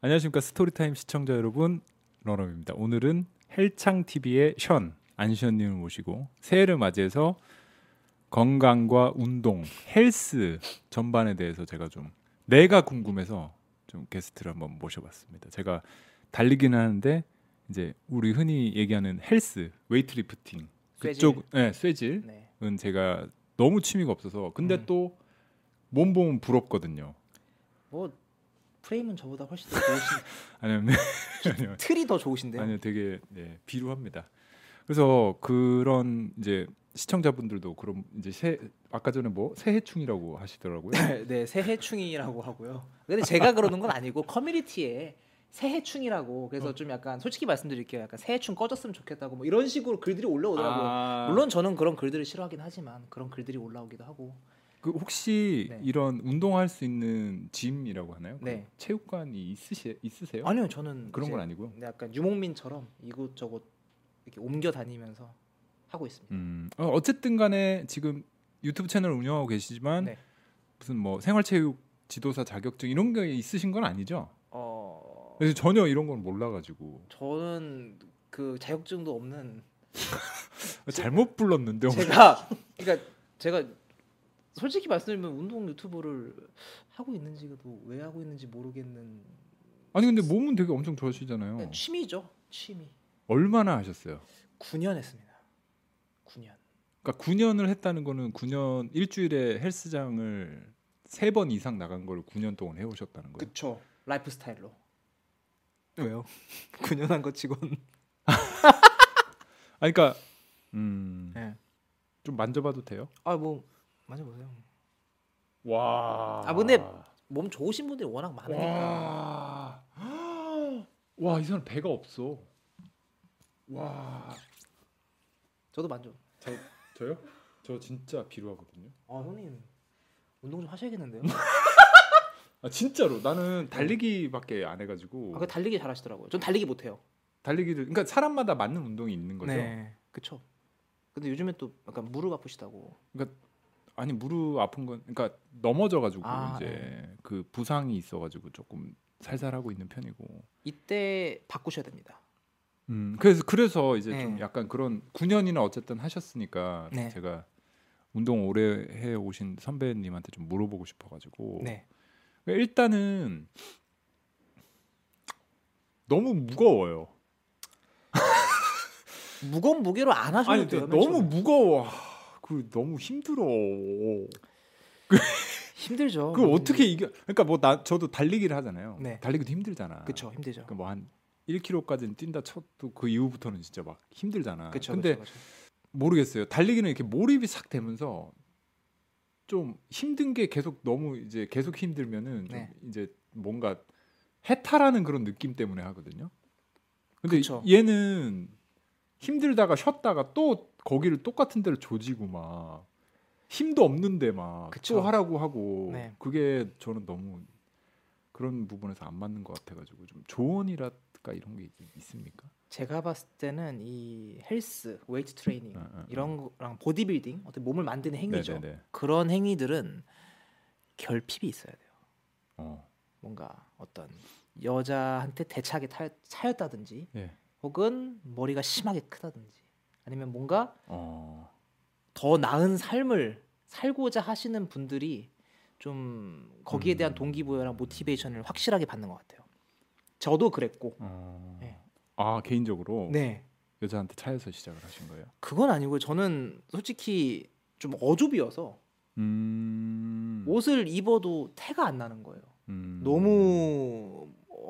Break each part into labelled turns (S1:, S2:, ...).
S1: 안녕하십니까 스토리타임 시청자 여러분 러너입니다. 오늘은 헬창 TV의 션 안시현님을 모시고 새해를 맞이해서 건강과 운동, 헬스 전반에 대해서 제가 좀 내가 궁금해서 좀 게스트를 한번 모셔봤습니다. 제가 달리기는 하는데 이제 우리 흔히 얘기하는 헬스, 웨이트리프팅 그쪽, 네, 쇠질
S2: 네.
S1: 은 제가 너무 취미가 없어서 근데
S2: 음.
S1: 또 몸보면 부럽거든요.
S2: 뭐 프레임은 저보다 훨씬 더 좋으신
S1: 아니면 아니요
S2: 틀이 더 좋으신데요.
S1: 아니요 되게 네, 비루합니다. 그래서 그런 이제 시청자분들도 그럼 이제 새 아까 전에 뭐 새해충이라고 하시더라고요.
S2: 네, 새해충이라고 하고요. 근데 제가 그러는 건 아니고 커뮤니티에 새해충이라고 그래서
S1: 어.
S2: 좀 약간 솔직히 말씀드릴게요. 약간 새해충 꺼졌으면 좋겠다고 뭐 이런 식으로 글들이 올라오더라고요.
S1: 아,
S2: 물론 저는 그런 글들을 싫어하긴 하지만 그런 글들이 올라오기도 하고
S1: 그 혹시
S2: 네.
S1: 이런 운동할 수 있는 짐이라고 하나요? 그
S2: 네.
S1: 체육관이 있으시 있으세요?
S2: 아니요 저는
S1: 그런 건
S2: 이제 네,
S1: 아니고요.
S2: 약간 유목민처럼 이곳저곳 이렇게 옮겨 다니면서 하고 있습니다.
S1: 음, 어, 어쨌든 간에 지금 유튜브 채널을 운영하고 계시지만
S2: 네.
S1: 무슨 뭐 생활체육 지도사 자격증 이런 게 있으신 건 아니죠?
S2: 어
S1: 그래서 전혀 이런 건 몰라가지고
S2: 저는 그 자격증도 없는
S1: 잘못 불렀는데 오늘.
S2: 제가 그러니까 제가 솔직히 말씀드리면 운동 유튜브를 하고 있는지도 그뭐 왜 하고 있는지 모르겠는
S1: 아니 근데 몸은 되게 엄청 좋아하시잖아요.
S2: 그냥 취미죠 취미
S1: 얼마나 하셨어요?
S2: 9년 했습니다 9년
S1: 그러니까 9년을 했다는 거는 9년 일주일에 헬스장을 세 번 이상 나간 걸 9년 동안 해오셨다는 거예요.
S2: 그쵸 라이프 스타일로 왜요 9년 한 거 치곤
S1: 음. 아 그러니까 음,
S2: 네.
S1: 좀 만져봐도 돼요?
S2: 아뭐 맞아보세요
S1: 와.
S2: 아, 근데 몸 좋으신 분들이 워낙 많으니까
S1: 와. 와, 이 사람 배가 없어. 와.
S2: 저도 만족
S1: 저 저요? 저 진짜 비루하거든요.
S2: 아 형님 운동 좀 하셔야겠는데요
S1: 뭐. 아 진짜로 나는 달리기밖에 안해 가지고
S2: 아, 그 달리기 잘하시더라고요 전 달리기 못해요
S1: 달리기를 그러니까 사람마다 맞는 운동이 있는 거죠.
S2: 네. 그쵸 근데 요즘에 또 약간 무릎 아프시다고
S1: 아니 무릎 아픈 건 그러니까 넘어져 가지고
S2: 아,
S1: 이제 그 부상이 있어 가지고 조금 살살하고 있는 편이고.
S2: 이때 바꾸셔야 됩니다
S1: 음. 그래서 그래서 이제 좀
S2: 네.
S1: 약간 그런 9년이나 어쨌든 하셨으니까
S2: 네.
S1: 제가 운동 오래 해 오신 선배님한테 좀 물어보고 싶어 가지고
S2: 네.
S1: 그러니까 일단은 너무 무거워요.
S2: 무거운 무게로 안 하셔도
S1: 아니
S2: 돼요.
S1: 근데
S2: 맨
S1: 너무
S2: 처음에.
S1: 무거워. 그 너무 힘들어.
S2: 힘들죠.
S1: 그 어떻게 이겨? 그러니까 뭐 나 저도 달리기를 하잖아요.
S2: 네.
S1: 달리기도 힘들잖아.
S2: 그쵸 힘들죠.
S1: 그러니까 뭐한 1km까지는 뛴다 쳐도 그 이후부터는 진짜 막 힘들잖아.
S2: 그쵸.
S1: 근데
S2: 그쵸, 그쵸.
S1: 모르겠어요. 달리기는 이렇게 몰입이 싹 되면서 좀 힘든 게 계속 너무 이제 계속 힘들면은 좀
S2: 네.
S1: 이제 뭔가 해탈하는 그런 느낌 때문에 하거든요. 근데
S2: 그쵸.
S1: 얘는 힘들다가 쉬었다가 또 거기를 똑같은 데를 조지고 막 힘도 없는데 막 또
S2: 그쵸.
S1: 하라고 하고
S2: 네.
S1: 그게 저는 너무 그런 부분에서 안 맞는 것 같아가지고 좀 조언이랄까 이런 게 있- 있습니까?
S2: 제가 봤을 때는 이 헬스, 웨이트 트레이닝
S1: 어, 어, 어.
S2: 이런 거랑 보디빌딩 어떻게 몸을 만드는 행위죠.
S1: 네네네.
S2: 그런 행위들은 결핍이 있어야 돼요.
S1: 어.
S2: 뭔가 어떤 여자한테 대차게 타, 차였다든지,
S1: 예.
S2: 혹은 머리가 심하게 크다든지, 아니면 뭔가
S1: 어.
S2: 더 나은 삶을 살고자 하시는 분들이 좀 거기에 대한
S1: 음.
S2: 동기부여랑 모티베이션을 확실하게 받는 것 같아요. 저도 그랬고.
S1: 어.
S2: 네.
S1: 아 개인적으로
S2: 네.
S1: 여자한테 차여서 시작을 하신 거예요?
S2: 그건 아니고 저는 솔직히 좀 어조비여서
S1: 음,
S2: 네. 옷을 입어도 태가 안 나는 거예요.
S1: 음.
S2: 너무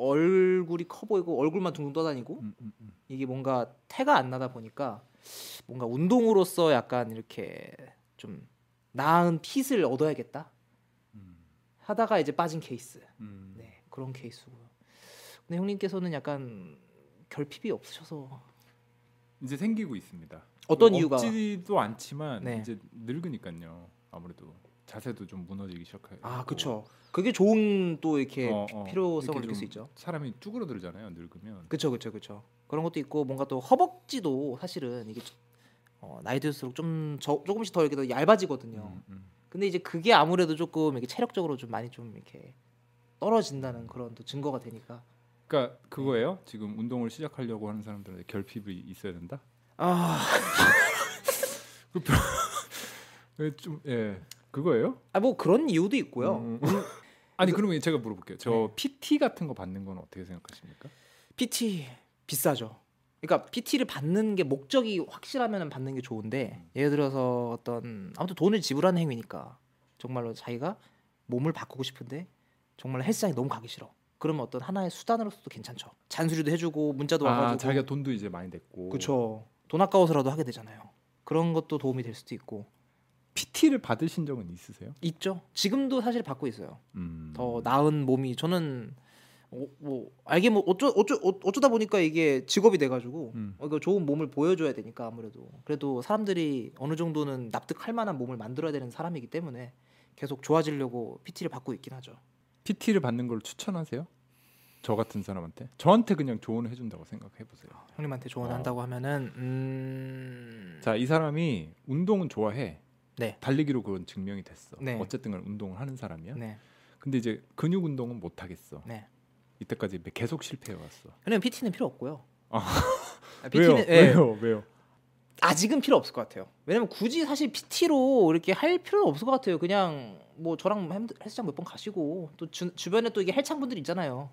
S2: 얼굴이 커 보이고 얼굴만 둥둥 떠다니고
S1: 음, 음, 음.
S2: 이게 뭔가 태가 안 나다 보니까 뭔가 운동으로서 약간 이렇게 좀 나은 핏을 얻어야겠다
S1: 음,
S2: 하다가 이제 빠진 케이스.
S1: 음.
S2: 네 그런 케이스고요. 근데 형님께서는 약간 결핍이 없으셔서 뭐
S1: 이제 생기고 있습니다. 뭐
S2: 어떤 이유가
S1: 없지도 않지만
S2: 네.
S1: 이제 늙으니까요. 아무래도 자세도 좀 무너지기 시작해요.
S2: 아 그쵸 그게 좋은 또 이렇게
S1: 어, 어.
S2: 필요성을
S1: 이렇게
S2: 느낄
S1: 좀
S2: 수 있죠.
S1: 사람이 쭈그러들잖아요. 늙으면.
S2: 그쵸 그쵸 그쵸 그런 것도 있고 뭔가 또 허벅지도 사실은 이게 어, 나이 들수록 좀 저, 조금씩 더 이렇게 더 얇아지거든요.
S1: 음, 음.
S2: 근데 이제 그게 아무래도 조금 이렇게 체력적으로 좀 많이 좀 이렇게 떨어진다는 그런 또 증거가 되니까
S1: 그러니까 그거예요.
S2: 네.
S1: 지금 운동을 시작하려고 하는 사람들한테 결핍이 있어야 된다.
S2: 아,
S1: 좀예 그거예요?
S2: 아, 뭐 그런 이유도 있고요. 네.
S1: 음. 아니 그러면 제가 물어볼게요. 저 PT 같은 거 받는 건 어떻게 생각하십니까?
S2: PT 비싸죠. 그러니까 PT를 받는 게 목적이 확실하면 받는 게 좋은데
S1: 음.
S2: 예를 들어서 어떤 아무튼 돈을 지불하는 행위니까 정말로 자기가 몸을 바꾸고 싶은데 정말 헬스장이 너무 가기 싫어. 그러면 어떤 하나의 수단으로서도 괜찮죠. 잔소리도 해주고 문자도
S1: 아
S2: 와가지고
S1: 자기가 돈도 이제 많이 냈고
S2: 그쵸. 돈 아까워서라도 하게 되잖아요. 그런 것도 도움이 될 수도 있고
S1: PT를 받으신 적은 있으세요?
S2: 있죠. 지금도 사실 받고 있어요.
S1: 음.
S2: 더 나은 몸이 저는 어, 뭐 알게 뭐 어쩌 어쩌 어- 어쩌다 보니까 이게 직업이 돼가지고
S1: 음.
S2: 어, 이거 좋은 몸을 보여줘야 되니까 아무래도 그래도 사람들이 어느 정도는 납득할 만한 몸을 만들어야 되는 사람이기 때문에 계속 좋아지려고 PT를 받고 있긴 하죠.
S1: PT를 받는 걸 추천하세요? 저 같은 사람한테 저한테 그냥 조언을 해준다고 생각해 보세요.
S2: 형님한테
S1: 어.
S2: 조언한다고 하면은 음...
S1: 자 이 사람이 운동은 좋아해.
S2: 네.
S1: 달리기로 그건 증명이 됐어.
S2: 네.
S1: 어쨌든 간 운동을 하는 사람이야.
S2: 네
S1: 근데 이제 근육 운동은 못 하겠어.
S2: 네.
S1: 이때까지 계속 실패해 왔어.
S2: 형님 PT는 필요 없고요.
S1: 아.
S2: PT는 예, 네.
S1: 왜요? 왜요? 왜요?
S2: 아직은 필요 없을 것 같아요. 왜냐면 굳이 사실 PT로 이렇게 할 필요는 없을 것 같아요. 그냥 뭐 저랑 헬- 헬스장 몇 번 가시고 또 주, 주변에 또 이게 헬창 분들 있잖아요.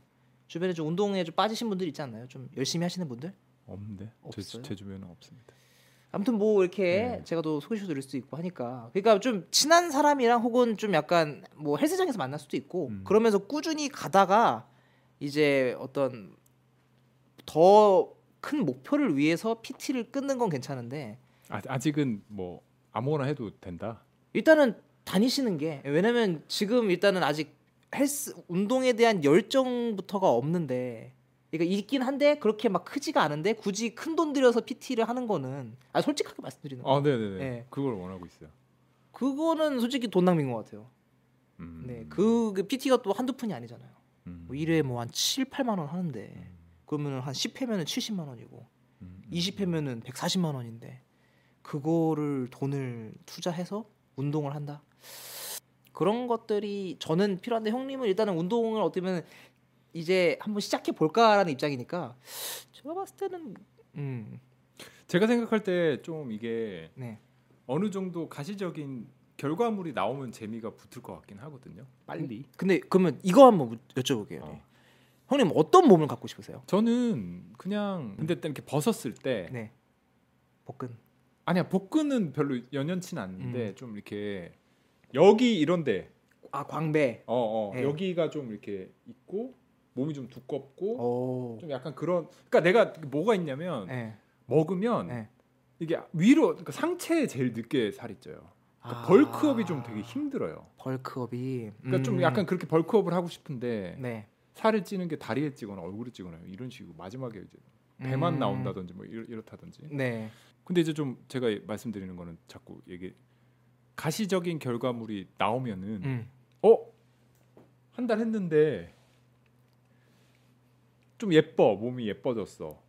S2: 주변에 좀 운동에 좀 빠지신 분들 있지 않나요? 좀 열심히 하시는 분들?
S1: 없는데 제,
S2: 없어요?
S1: 제 주변은 없습니다. 아무튼
S2: 아무튼 뭐 이렇게
S1: 네.
S2: 제가 또 소개시켜 드릴 수도 있고 하니까 그러니까 좀 친한 사람이랑 혹은 좀 약간 뭐 헬스장에서 만날 수도 있고
S1: 음.
S2: 그러면서 꾸준히 가다가 이제 어떤 더 큰 목표를 위해서 PT를 끊는 건 괜찮은데
S1: 아, 아직은 뭐 아무거나 해도 된다.
S2: 일단은 다니시는 게 왜냐면 지금 일단은 아직 헬스 운동에 대한 열정부터가 없는데 그러니까 있긴 한데 그렇게 막 크지가 않은데 굳이 큰 돈 들여서 PT를 하는 거는 아 솔직하게 말씀드리는 거
S1: 아, 네, 네,
S2: 네.
S1: 네. 그걸 원하고 있어요.
S2: 그거는 솔직히 돈 낭비인 것 같아요.
S1: 음.
S2: 네, 그 PT가 또 한두 푼이 네. 아니잖아요.
S1: 음.
S2: 뭐 1회에 뭐 한 7, 8만 원 하는데
S1: 음.
S2: 그러면 한 10회면은 70만 원이고
S1: 음.
S2: 20회면은 140만 원인데 그거를 돈을 투자해서 운동을 한다. 그런 것들이 저는 필요한데 형님은 일단은 운동을 어떻게 보면 이제 한번 시작해 볼까라는 입장이니까 제가 봤을 때는 음,
S1: 제가 생각할 때 좀 이게
S2: 네.
S1: 어느 정도 가시적인 결과물이 나오면 재미가 붙을 것 같긴 하거든요. 음, 빨리.
S2: 근데 그러면 이거 한번 여쭤볼게요.
S1: 어.
S2: 형님 어떤 몸을 갖고 싶으세요?
S1: 저는 그냥 근데 딱 이렇게 벗었을 때
S2: 네. 복근.
S1: 아니야 복근은 별로 연연치 는 않는데
S2: 음.
S1: 좀 이렇게 여기 이런데
S2: 아, 광배.
S1: 어, 어,
S2: 네.
S1: 여기가 좀 이렇게 있고 몸이 좀 두껍고
S2: 오.
S1: 좀 약간 그런 그러니까 내가 뭐가 있냐면
S2: 어. 네.
S1: 먹으면
S2: 네.
S1: 이게 위로 그러니까 상체에 제일 늦게 살이 쪄요. 그러니까
S2: 아.
S1: 벌크업이 좀 되게 힘들어요.
S2: 벌크업이
S1: 그러니까 좀
S2: 음.
S1: 약간 그렇게 벌크업을 하고 싶은데
S2: 네.
S1: 살을 찌는 게 다리에 찌거나 얼굴에 찌거나 이런 식으로 마지막에 이제 배만
S2: 음.
S1: 나온다든지 뭐 이렇, 이렇다든지.
S2: 네.
S1: 근데 이제 좀 제가 말씀드리는 거는 자꾸 이게 가시적인 결과물이 나오면은
S2: 음.
S1: 어? 한 달 했는데 좀 예뻐 몸이 예뻐졌어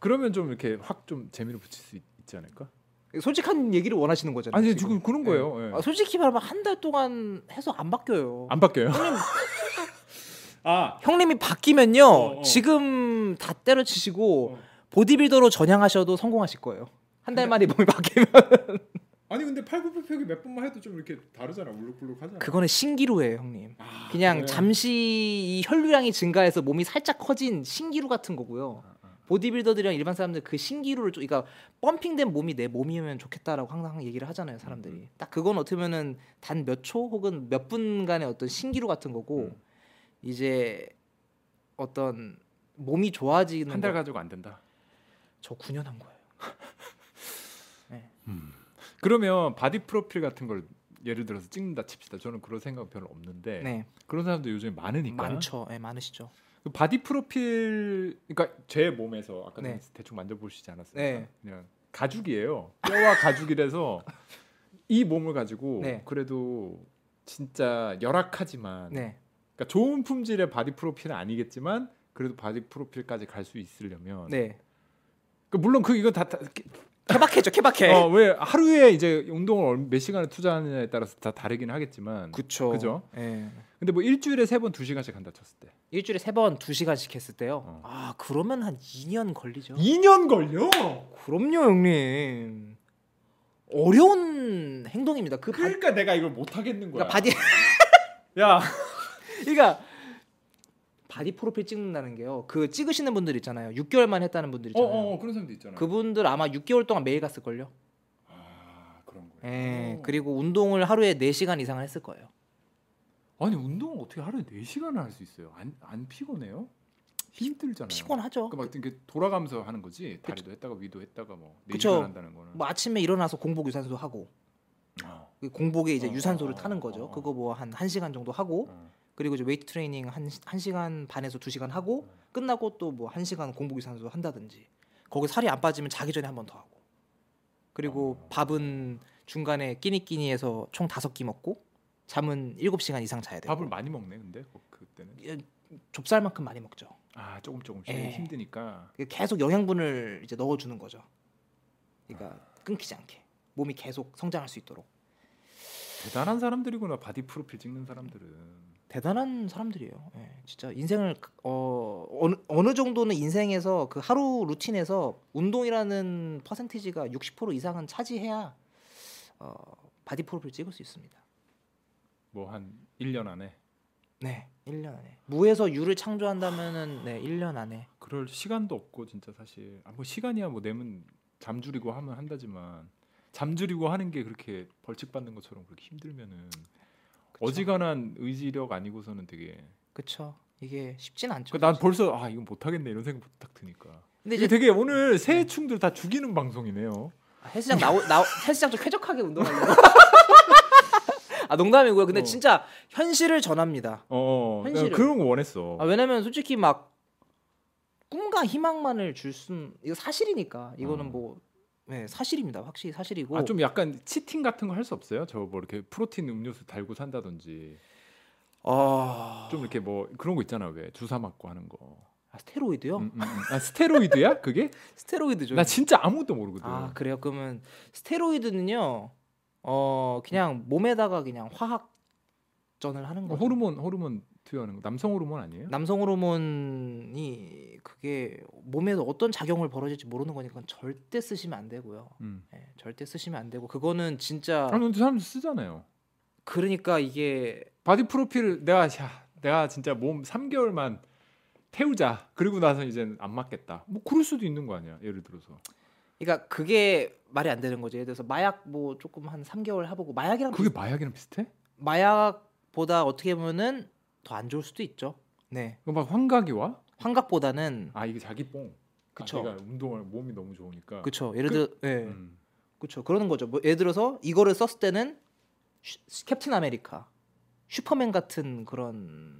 S1: 그러면 좀 이렇게 확 좀 재미를 붙일 수 있, 지 않을까?
S2: 음. 솔직한 얘기를 원하시는 거잖아요.
S1: 아니 지금 그런 거예요 예.
S2: 네, 아, 솔직히 말하면 한 달 동안 해서 안 바뀌어요.
S1: 안 바뀌어요 아
S2: 형님이 바뀌면요
S1: 어, 어.
S2: 지금 다 때려치시고
S1: 어.
S2: 보디빌더로 전향하셔도 성공하실 거예요. 한 달 만에 몸이 바뀌면
S1: 아니 근데 팔굽혀펴기 몇 번만 해도 좀 이렇게 다르잖아 울룩불룩 하잖아
S2: 그거는 신기루예요, 형님.
S1: 아,
S2: 그냥
S1: 네.
S2: 잠시 이 혈류량이 증가해서 몸이 살짝 커진 신기루 같은 거고요.
S1: 아, 아.
S2: 보디빌더들이랑 일반 사람들 그 신기루를 좀, 그러니까 펌핑된 몸이 내 몸이면 좋겠다라고 항상 얘기를 하잖아요 사람들이
S1: 음.
S2: 딱 그건 어떻게 보면은 단 몇 초 혹은 몇 분간의 어떤 신기루 같은 거고
S1: 음.
S2: 이제 어떤 몸이 좋아지는
S1: 한달
S2: 거-
S1: 가지고 안 된다
S2: 저 9년 한 거예요
S1: 그러면 바디 프로필 같은 걸 예를 들어서 찍는다 칩시다 저는 그런 생각 별로 없는데
S2: 네,
S1: 그런 사람도 요즘에 많으니까
S2: 많죠 네, 많으시죠
S1: 그 바디 프로필 그러니까 제 몸에서 아까
S2: 네.
S1: 대충 만져보시지 않았습니까?
S2: 네.
S1: 그냥 가죽이에요. 뼈와 가죽이라서 이 몸을 가지고
S2: 네.
S1: 그래도 진짜 열악하지만
S2: 네
S1: 그러니까 좋은 품질의 바디 프로필은 아니겠지만 그래도 바디 프로필까지 갈 수 있으려면
S2: 네.
S1: 그 물론 그 이건 다, 다
S2: 케바케죠 케바케.
S1: 어, 왜 하루에 이제 운동을 얼- 몇 시간을 투자하느냐에 따라서 다 다르긴 하겠지만
S2: 그쵸.
S1: 그죠?
S2: 예.
S1: 근데 뭐 일주일에 세 번 두 시간씩 한다 쳤을 때
S2: 일주일에 세 번 두 시간씩 했을 때요.
S1: 어.
S2: 아 그러면 한 2년 걸리죠.
S1: 2년 걸려.
S2: 그럼요 형님. 어려운 행동입니다. 그 바,
S1: 그러니까 내가 이걸 못 하겠는 거야.
S2: 그러니까 바디
S1: 야,
S2: 그러니까 바디 프로필 찍는다는 게요. 그 찍으시는 분들 있잖아요. 6개월만 했다는
S1: 어,
S2: 분들 있잖아요.
S1: 어, 어, 그런 사람도 있잖아.
S2: 그분들 아마 6개월 동안 매일 갔을 걸요.
S1: 아, 그런 거야.
S2: 예.
S1: 어. 음.
S2: 그리고 운동을 하루에 4시간 이상을 했을 거예요.
S1: 아니 운동을 어떻게 하루에 4 시간을 할 수 있어요? 안 안 피곤해요? 힘들잖아요. 그러니까
S2: 피곤하죠.
S1: 그막 이렇게 돌아가면서 하는 거지. 다리도 했다가 위도 했다가 뭐4
S2: 그쵸.
S1: 시간 한다는 거는.
S2: 뭐 아침에 일어나서 공복 유산소 하고
S1: 어,
S2: 그 공복에 이제
S1: 어,
S2: 유산소를
S1: 어,
S2: 타는
S1: 어,
S2: 거죠.
S1: 어.
S2: 그거 뭐 한 1시간 정도 하고
S1: 어.
S2: 그리고 이제 웨이트 트레이닝 한, 한 시간 반에서 두 시간 하고
S1: 네.
S2: 끝나고 또 뭐 한 시간 공복 유산소 한다든지 거기 살이 안 빠지면 자기 전에 한 번 더 하고 그리고
S1: 어.
S2: 밥은 중간에 끼니끼니해서 총 다섯 끼 먹고 잠은 일곱 시간 이상 자야 돼요.
S1: 밥을 많이 먹네 근데 그- 그때는.
S2: 좁쌀만큼 많이 먹죠.
S1: 아 조금 조금씩
S2: 예.
S1: 힘드니까.
S2: 계속 영양분을 이제 넣어주는 거죠. 그러니까 끊기지 않게 몸이 계속 성장할 수 있도록
S1: 대단한 사람들이구나 바디 프로필 찍는 사람들은
S2: 대단한 사람들이에요. 예, 진짜 인생을 그- 어 어느, 어느 정도는 인생에서 그 하루 루틴에서 운동이라는 퍼센티지가 60% 이상은 차지해야 어, 바디 프로필 찍을 수 있습니다.
S1: 뭐한 1년 안에
S2: 네, 1년 안에 무에서 유를 창조한다면은 네, 1년 안에
S1: 그럴 시간도 없고 진짜 사실 아, 뭐 시간이야 뭐 내면 잠줄이고 하면 한다지만 잠줄이고 하는 게 그렇게 벌칙 받는 것처럼 그렇게 힘들면은 어지간한 의지력 아니고서는 되게
S2: 그쵸? 이게 쉽진 않죠.
S1: 그 난 벌써 아 이건 못 하겠네 이런 생각 딱 드니까
S2: 근데
S1: 이게
S2: 이제
S1: 되게 오늘
S2: 음.
S1: 새해충들 다 죽이는 방송이네요.
S2: 아, 헬스장 나오 나 헬스장 좀 쾌적하게 운동하려고. 아 농담이고요. 근데
S1: 어.
S2: 진짜 현실을 전합니다.
S1: 어
S2: 현실을.
S1: 그런 거 원했어.
S2: 아, 왜냐면 솔직히 막 꿈과 희망만을 줄 순 이거 사실이니까 이거는
S1: 어.
S2: 뭐 네, 사실입니다 확실히 사실이고
S1: 아 좀 약간 치팅 같은 거 할 수 없어요? 저 뭐 이렇게 프로틴 음료수 달고 산다든지
S2: 아...
S1: 좀 이렇게 뭐 그런 거 있잖아 왜 주사 맞고 하는 거.
S2: 아, 스테로이드요?
S1: 음, 음, 음. 아 스테로이드야 그게?
S2: 스테로이드죠.
S1: 나 진짜 아무것도 모르거든.
S2: 아 그래요? 그러면 스테로이드는요 어 그냥 몸에다가 그냥 화학전을 하는
S1: 뭐
S2: 거죠.
S1: 호르몬 호르몬 투여하는 거 남성 호르몬 아니에요?
S2: 남성 호르몬이 그게 몸에서 어떤 작용을 벌어질지 모르는 거니까 절대 쓰시면 안 되고요.
S1: 음.
S2: 예, 절대 쓰시면 안 되고 그거는 진짜
S1: 아무튼 사람들 쓰잖아요.
S2: 그러니까 이게
S1: 바디 프로필을 내가 야, 내가 진짜 몸 3개월만 태우자. 그리고 나서 이제 안 맞겠다. 뭐 그럴 수도 있는 거 아니야? 예를 들어서.
S2: 그러니까 그게 말이 안 되는 거죠. 예를 들어서 마약 뭐 조금 한 3개월 해보고 마약이랑
S1: 그게 마약이랑 비슷해?
S2: 마약보다 어떻게 보면은 더 안 좋을 수도 있죠. 네,
S1: 그거 막 환각이 와?
S2: 환각보다는
S1: 아 이게 자기 뽕.
S2: 그쵸.
S1: 아, 내가 운동을 몸이 너무 좋으니까.
S2: 그쵸. 예를 들어,
S1: 그-
S2: 예,
S1: 음.
S2: 그쵸. 그러는 거죠. 뭐 예를 들어서 이거를 썼을 때는 슈, 캡틴 아메리카, 슈퍼맨 같은 그런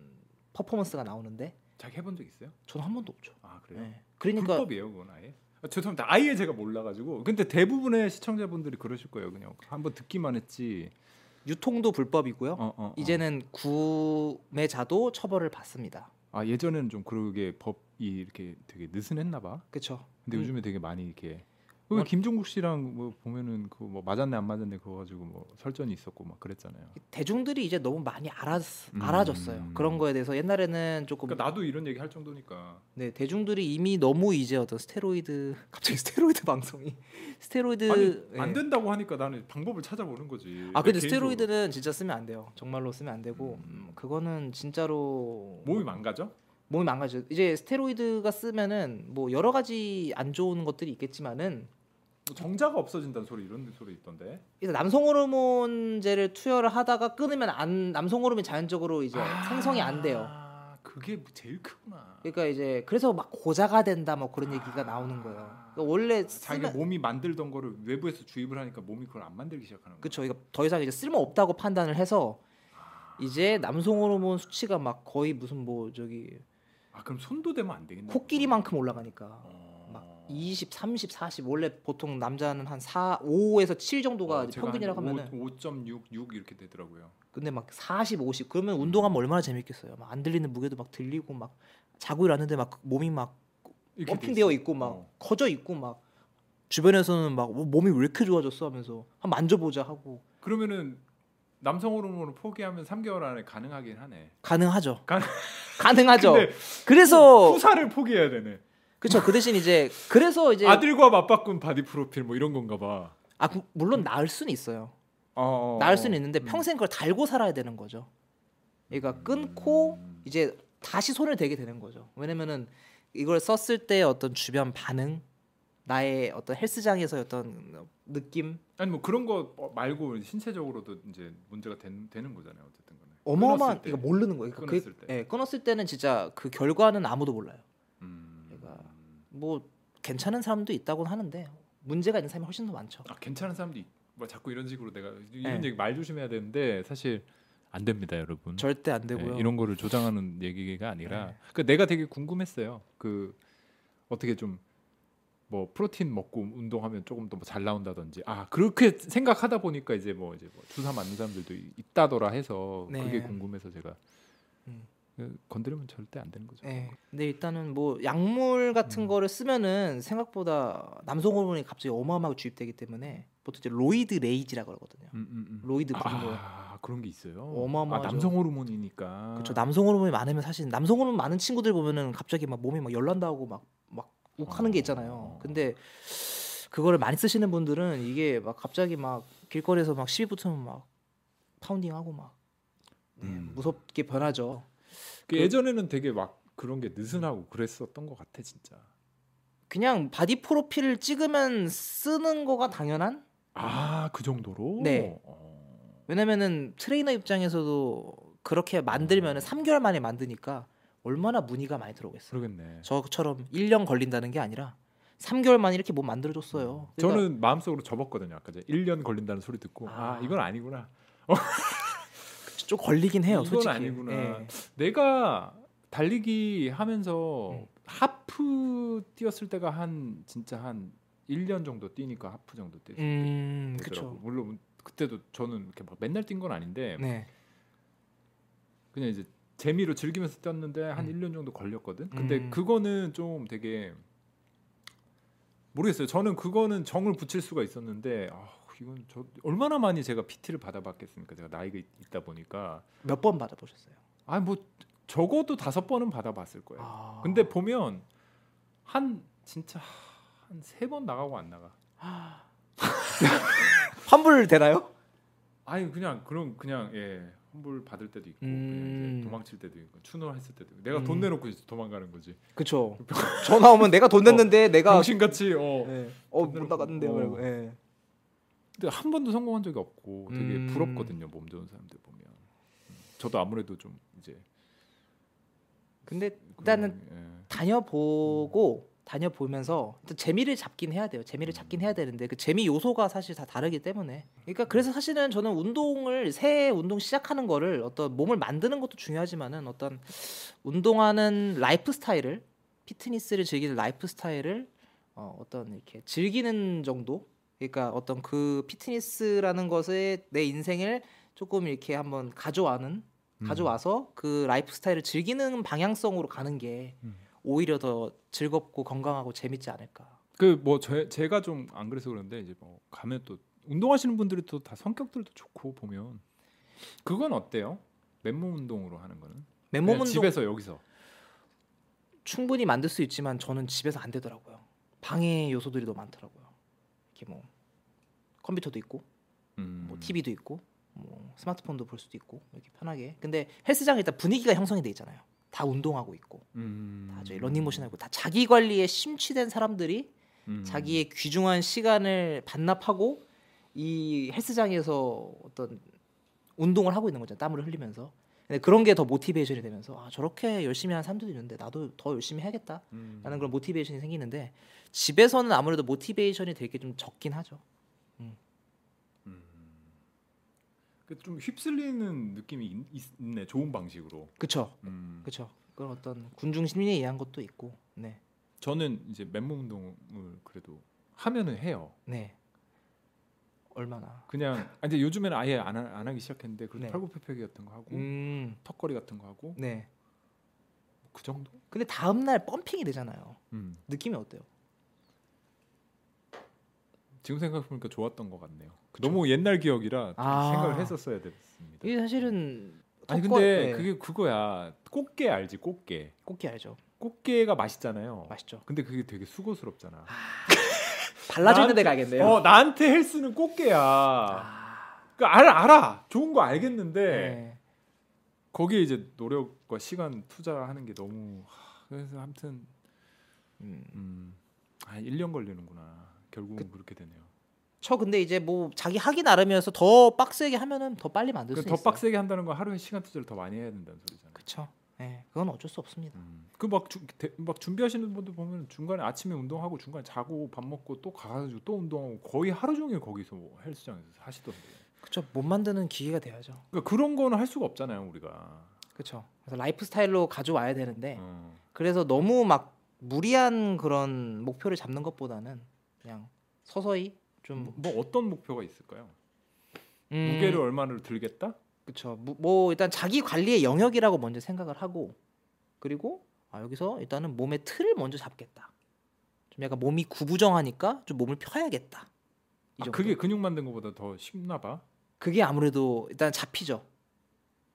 S2: 퍼포먼스가 나오는데
S1: 자기 해본 적 있어요?
S2: 저는 한 번도 없죠.
S1: 아 그래요?
S2: 네. 그러니까
S1: 불법이에요 그건 아예. 아, 죄송합니다. 아예 제가 몰라가지고. 근데 대부분의 시청자분들이 그러실 거예요. 그냥 한번 듣기만 했지.
S2: 유통도 불법이고요.
S1: 어, 어, 어.
S2: 이제는 구매자도 처벌을 받습니다.
S1: 아 예전에는 좀 그러게 법이 이렇게 되게 느슨했나 봐.
S2: 그쵸.
S1: 근데
S2: 음.
S1: 요즘에 되게 많이 이렇게.
S2: 원-
S1: 왜 김종국 씨랑 뭐 보면은 그 뭐 맞았네 안 맞았네 그거 가지고 뭐 설전이 있었고 막 그랬잖아요.
S2: 그러니까 대중들이 이제 너무 많이 알았,
S1: 음.
S2: 알아졌어요. 그런 거에 대해서 옛날에는 조금
S1: 그러니까 나도 이런 얘기 할 정도니까.
S2: 네 대중들이 이미 너무 이제 어떤 스테로이드 갑자기 스테로이드 방송이 스테로이드
S1: 아니
S2: 네.
S1: 안 된다고 하니까 나는 방법을 찾아보는 거지.
S2: 아 근데
S1: 내 개인적으로.
S2: 스테로이드는 진짜 쓰면 안 돼요. 정말로 쓰면 안 되고
S1: 음.
S2: 음, 그거는 진짜로
S1: 몸이 망가져?
S2: 몸이 망가져. 이제 스테로이드가 쓰면은 뭐 여러 가지 안 좋은 것들이 있겠지만은
S1: 뭐 정자가 없어진다는 소리 이런 소리 있던데.
S2: 일단 남성 호르몬제를 투여를 하다가 끊으면 안 남성 호르몬이 자연적으로 이제 그러니까 생성이 안 돼요.
S1: 아, 그게 제일 크구나.
S2: 그러니까 이제 그래서 막 고자가 된다 뭐 그런 얘기가 나오는 거예요. 그러니까 원래
S1: 자기
S2: 쓰면
S1: 몸이 만들던 거를 외부에서 주입을 하니까 몸이 그걸 안 만들기 시작하는 거야.
S2: 그쵸. 그러니까 더 이상 이제 쓸모 없다고 판단을 해서 이제 남성 호르몬 수치가 막 거의 무슨 뭐 저기
S1: 아 그럼 손도 대면 안 되겠네.
S2: 코끼리만큼 올라가니까
S1: 어.
S2: 막 20, 30, 40 원래 보통 남자는 한 4, 5에서 7 정도가
S1: 어,
S2: 이제
S1: 제가
S2: 평균이라고
S1: 한
S2: 하면은
S1: 5, 5.66 이렇게 되더라고요.
S2: 근데 막 40, 50 그러면 운동하면 얼마나 재밌겠어요. 막 안 들리는 무게도 막 들리고 막 자고 일하는데 막 몸이 막
S1: 이렇게 돼
S2: 펌핑되어
S1: 있어.
S2: 있고 막
S1: 어.
S2: 커져 있고 막 주변에서는 막 어, 몸이 왜 이렇게 좋아졌어 하면서 한 만져보자 하고
S1: 그러면은 남성 호르몬을 포기하면 3개월 안에 가능하긴 하네.
S2: 가능하죠.
S1: 가능-
S2: 가능하죠.
S1: 근데
S2: 그래서
S1: 후사를 포기해야 되네.
S2: 그쵸 그 대신 이제 그래서 이제 아,
S1: 아들과 네. 맞바꾼 바디 프로필 뭐 이런 건가 봐.
S2: 그- 물론 나을 수는 있어요.
S1: 어,
S2: 나을 수는 있는데
S1: 음.
S2: 평생 그걸 달고 살아야 되는 거죠. 그러니까 끊고
S1: 음.
S2: 이제 다시 손을 대게 되는 거죠. 왜냐면은 이걸 썼을 때 어떤 주변 반응, 나의 어떤 헬스장에서 의 어떤 느낌
S1: 아니 뭐 그런 거 말고 신체적으로도 이제 문제가 된, 되는 거잖아요. 어쨌든 간에.
S2: 어마어마한
S1: 끊었을 때.
S2: 그러니까 모르는 거예요. 그러니까
S1: 끊었을
S2: 그,
S1: 때.
S2: 예, 끊었을 때는 진짜 그 결과는 아무도 몰라요.
S1: 음.
S2: 내가- 뭐 괜찮은 사람도 있다고 하는데 문제가 있는 사람이 훨씬 더 많죠.
S1: 아, 괜찮은 사람도 있- 뭐 자꾸 이런 식으로 내가 이런
S2: 네.
S1: 얘기 말 조심해야 되는데 사실 안 됩니다, 여러분.
S2: 절대 안 되고요.
S1: 네, 이런 거를 조장하는 얘기가 아니라
S2: 네.
S1: 그러니까 내가 되게 궁금했어요. 그 어떻게 좀 뭐 프로틴 먹고 운동하면 조금 더뭐 잘 나온다든지 아 그렇게 생각하다 보니까 이제 뭐 이제 뭐 주사 맞는 사람들도 이- 있다더라 해서
S2: 네.
S1: 그게 궁금해서 제가
S2: 음.
S1: 그 건드리면 절대 안 되는 거죠.
S2: 예. 근데 일단은 뭐 약물 같은
S1: 음.
S2: 거를 쓰면은 생각보다 남성 호르몬이 갑자기 어마어마하게 주입되기 때문에 보통 이제 로이드 레이지라 그러거든요.
S1: 음, 음, 음.
S2: 로이드 분노.
S1: 아 그런 게 있어요.
S2: 어마어마하죠.
S1: 아, 남성 호르몬이니까.
S2: 그렇죠. 남성 호르몬이 많으면 사실 남성 호르몬 많은 친구들 보면은 갑자기 막 몸이 막 열난다고 막 막 욱하는 게 있잖아요.
S1: 어.
S2: 근데 그거를 많이 쓰시는 분들은 이게 막 갑자기 막 길거리에서 막 시비 붙으면 막 파운딩하고 막 네,
S1: 음.
S2: 무섭게 변하죠.
S1: 그 예전에는 되게 막 그런 게 느슨하고 그랬었던 것 같아 진짜.
S2: 음. 그냥 바디 프로필을 찍으면 쓰는 거가 당연한?
S1: 아 그 정도로.
S2: 네.
S1: 어.
S2: 왜냐면은 트레이너 입장에서도 그렇게 만들면은 3개월 만에 만드니까 얼마나 문의가 많이 들어오겠어요.
S1: 그러겠네.
S2: 저처럼 1년 걸린다는 게 아니라 3개월 만에 이렇게 몸 만들어 줬어요. 그러니까
S1: 저는 마음속으로 접었거든요. 아까 전 1년 걸린다는 소리 듣고 아,
S2: 아.
S1: 이건 아니구나.
S2: 좀 걸리긴 해요,
S1: 이건
S2: 솔직히.
S1: 아니구나.
S2: 예.
S1: 내가 달리기 하면서
S2: 음.
S1: 하프 뛰었을 때가 한 진짜 한 1년 정도 뛰니까 하프 정도 뛰.
S2: 음,
S1: 되더라고.
S2: 그렇죠.
S1: 물론 그때도 저는 이렇게 막 맨날 뛴 건 아닌데
S2: 네.
S1: 그냥 이제 재미로 즐기면서 뛰었는데 한
S2: 음.
S1: 1년 정도 걸렸거든. 근데
S2: 음.
S1: 그거는 좀 되게 모르겠어요. 저는 그거는 정을 붙일 수가 있었는데 아, 이건 저 얼마나 많이 제가 PT를 받아봤겠습니까? 제가 나이가 있- 있다 보니까
S2: 몇 번 받아 보셨어요?
S1: 아 뭐 적어도 다섯 번은 받아봤을 거예요.
S2: 아.
S1: 근데 보면 한 진짜 한 세 번 나가고 안 나가.
S2: 환불 되나요?
S1: 아니 그냥 그럼 그냥 예 환불 받을 때도 있고 그냥
S2: 음.
S1: 이제 도망칠 때도 있고 추노했을 때도 있고 내가 돈
S2: 음.
S1: 내놓고 이제 도망가는 거지.
S2: 그렇죠. 전화 오면 내가 돈 냈는데 내가
S1: 정신같이 어.
S2: 예. 어,
S1: 돈
S2: 못
S1: 내놓고.
S2: 나갔는데
S1: 어.
S2: 말고. 예.
S1: 근데 한 번도 성공한 적이 없고 되게
S2: 음.
S1: 부럽거든요 몸 좋은 사람들 보면 음, 저도 아무래도 좀 이제
S2: 근데
S1: 그런-
S2: 일단은
S1: 예.
S2: 다녀보고 다녀보면서 일단 재미를 잡긴 해야 돼요. 재미를 잡긴 해야 되는데 그 재미 요소가 사실 다 다르기 때문에. 그러니까 그래서 사실은 저는 운동을 새 운동 시작하는 거를 어떤 몸을 만드는 것도 중요하지만은 어떤 운동하는 라이프 스타일을 피트니스를 즐기는 라이프 스타일을 어, 어떤 이렇게 즐기는 정도. 그러니까 어떤 그 피트니스라는 것에 내 인생을 조금 이렇게 한번 가져와는
S1: 음.
S2: 가져와서 그 라이프 스타일을 즐기는 방향성으로 가는 게
S1: 음.
S2: 오히려 더 즐겁고 건강하고 재밌지 않을까.
S1: 그뭐 제가 좀 안 그래서 그런데 이제 뭐 가면 또 운동하시는 분들이 또 다 성격들도 좋고 보면 그건 어때요 맨몸 운동으로 하는 거는
S2: 맨몸
S1: 그냥
S2: 운동
S1: 집에서 여기서
S2: 충분히 만들 수 있지만 저는 집에서 안 되더라고요. 방해 요소들이 너무 많더라고요. 이렇게 뭐 컴퓨터도 있고
S1: 음.
S2: 뭐 TV도 있고 뭐 스마트폰도 볼 수도 있고 이렇게 편하게. 근데 헬스장 일단 분위기가 형성이 돼 있잖아요. 다 운동하고 있고
S1: 음.
S2: 다 저희 런닝머신 하고 다 자기 관리에 심취된 사람들이
S1: 음.
S2: 자기의 귀중한 시간을 반납하고 이 헬스장에서 어떤 운동을 하고 있는 거죠 땀을 흘리면서 근데 그런 게 더 모티베이션이 되면서 아 저렇게 열심히 하는 사람들도 있는데 나도 더 열심히 해야겠다
S1: 음.
S2: 라는 그런 모티베이션이 생기는데 집에서는 아무래도 모티베이션이 되게 좀 적긴 하죠
S1: 음. 그좀 휩쓸리는 느낌이 있- 있, 네 좋은 방식으로
S2: 그쵸
S1: 음.
S2: 그쵸 그런 어떤 군중 심리에 의한 것도 있고 네
S1: 저는 이제 맨몸 운동을 그래도 하면은 해요.
S2: 네. 얼마나
S1: 그냥 아, 이제 요즘에는 아예 안, 하- 안 하기 시작했는데 그래도
S2: 네.
S1: 팔굽혀펴기 같은 거 하고
S2: 음네 뭐 네.
S1: 턱걸이 같은 거 하고 그 정도.
S2: 근데 다음날 펌핑이 되잖아요
S1: 음.
S2: 느낌이 어때요
S1: 지금 생각해보니까 좋았던 것 같네요. 그 너무 옛날 기억이라 좀
S2: 아.
S1: 생각을 했었어야 됐습니다.
S2: 이게 사실은
S1: 아니
S2: 턱과-
S1: 근데
S2: 네,
S1: 그게 그거야. 꽃게 알지 꽃게.
S2: 꽃게 알죠.
S1: 꽃게가 맛있잖아요.
S2: 맛있죠.
S1: 근데 그게 되게 수고스럽잖아.
S2: 발라주는
S1: 나한테-
S2: 데가 알겠네요.
S1: 어 나한테 헬스는 꽃게야.
S2: 아,
S1: 그 알아 알아. 좋은 거 알겠는데
S2: 네.
S1: 거기에 이제 노력과 시간 투자하는 게 너무 하, 그래서 아무튼
S2: 음.
S1: 음, 아 1년 걸리는구나. 결국은 그, 렇게 되네요.
S2: 저 근데 이제 뭐 자기 하기 나름이어서 더 빡세게 하면은 더 빨리 만들 수
S1: 그러니까 더
S2: 있어요.
S1: 빡세게 한다는 건 하루에 시간 투자를 더 많이 해야 된다는 소리잖아요. 음.
S2: 그쵸. 네, 그건 어쩔 수 없습니다.
S1: 그막 막 준비하시는 분들 보면 중간에 아침에 운동하고 중간에 자고 밥 먹고 또 가가지고 또 운동하고 거의 하루 종일 거기서 뭐 헬스장에서 하시던데.
S2: 그쵸. 못 만드는 기계가 돼야죠.
S1: 그러니까 그런 거는 할 수가 없잖아요 우리가.
S2: 그쵸. 그래서 라이프 스타일로 가져와야 되는데
S1: 어.
S2: 그래서 너무 막 무리한 그런 목표를 잡는 것보다는 그냥 서서히
S1: 뭐,
S2: 좀
S1: 뭐 어떤 목표가 있을까요?
S2: 음,
S1: 무게를 얼마를 들겠다?
S2: 그쵸. 무- 뭐 일단 자기 관리의 영역이라고 먼저 생각을 하고 그리고 아 여기서 일단은 몸의 틀을 먼저 잡겠다. 좀 약간 몸이 구부정하니까 좀 몸을 펴야겠다. 이
S1: 아,
S2: 정도.
S1: 그게 근육 만든 것보다 더 쉽나 봐.
S2: 그게 아무래도 일단 잡히죠.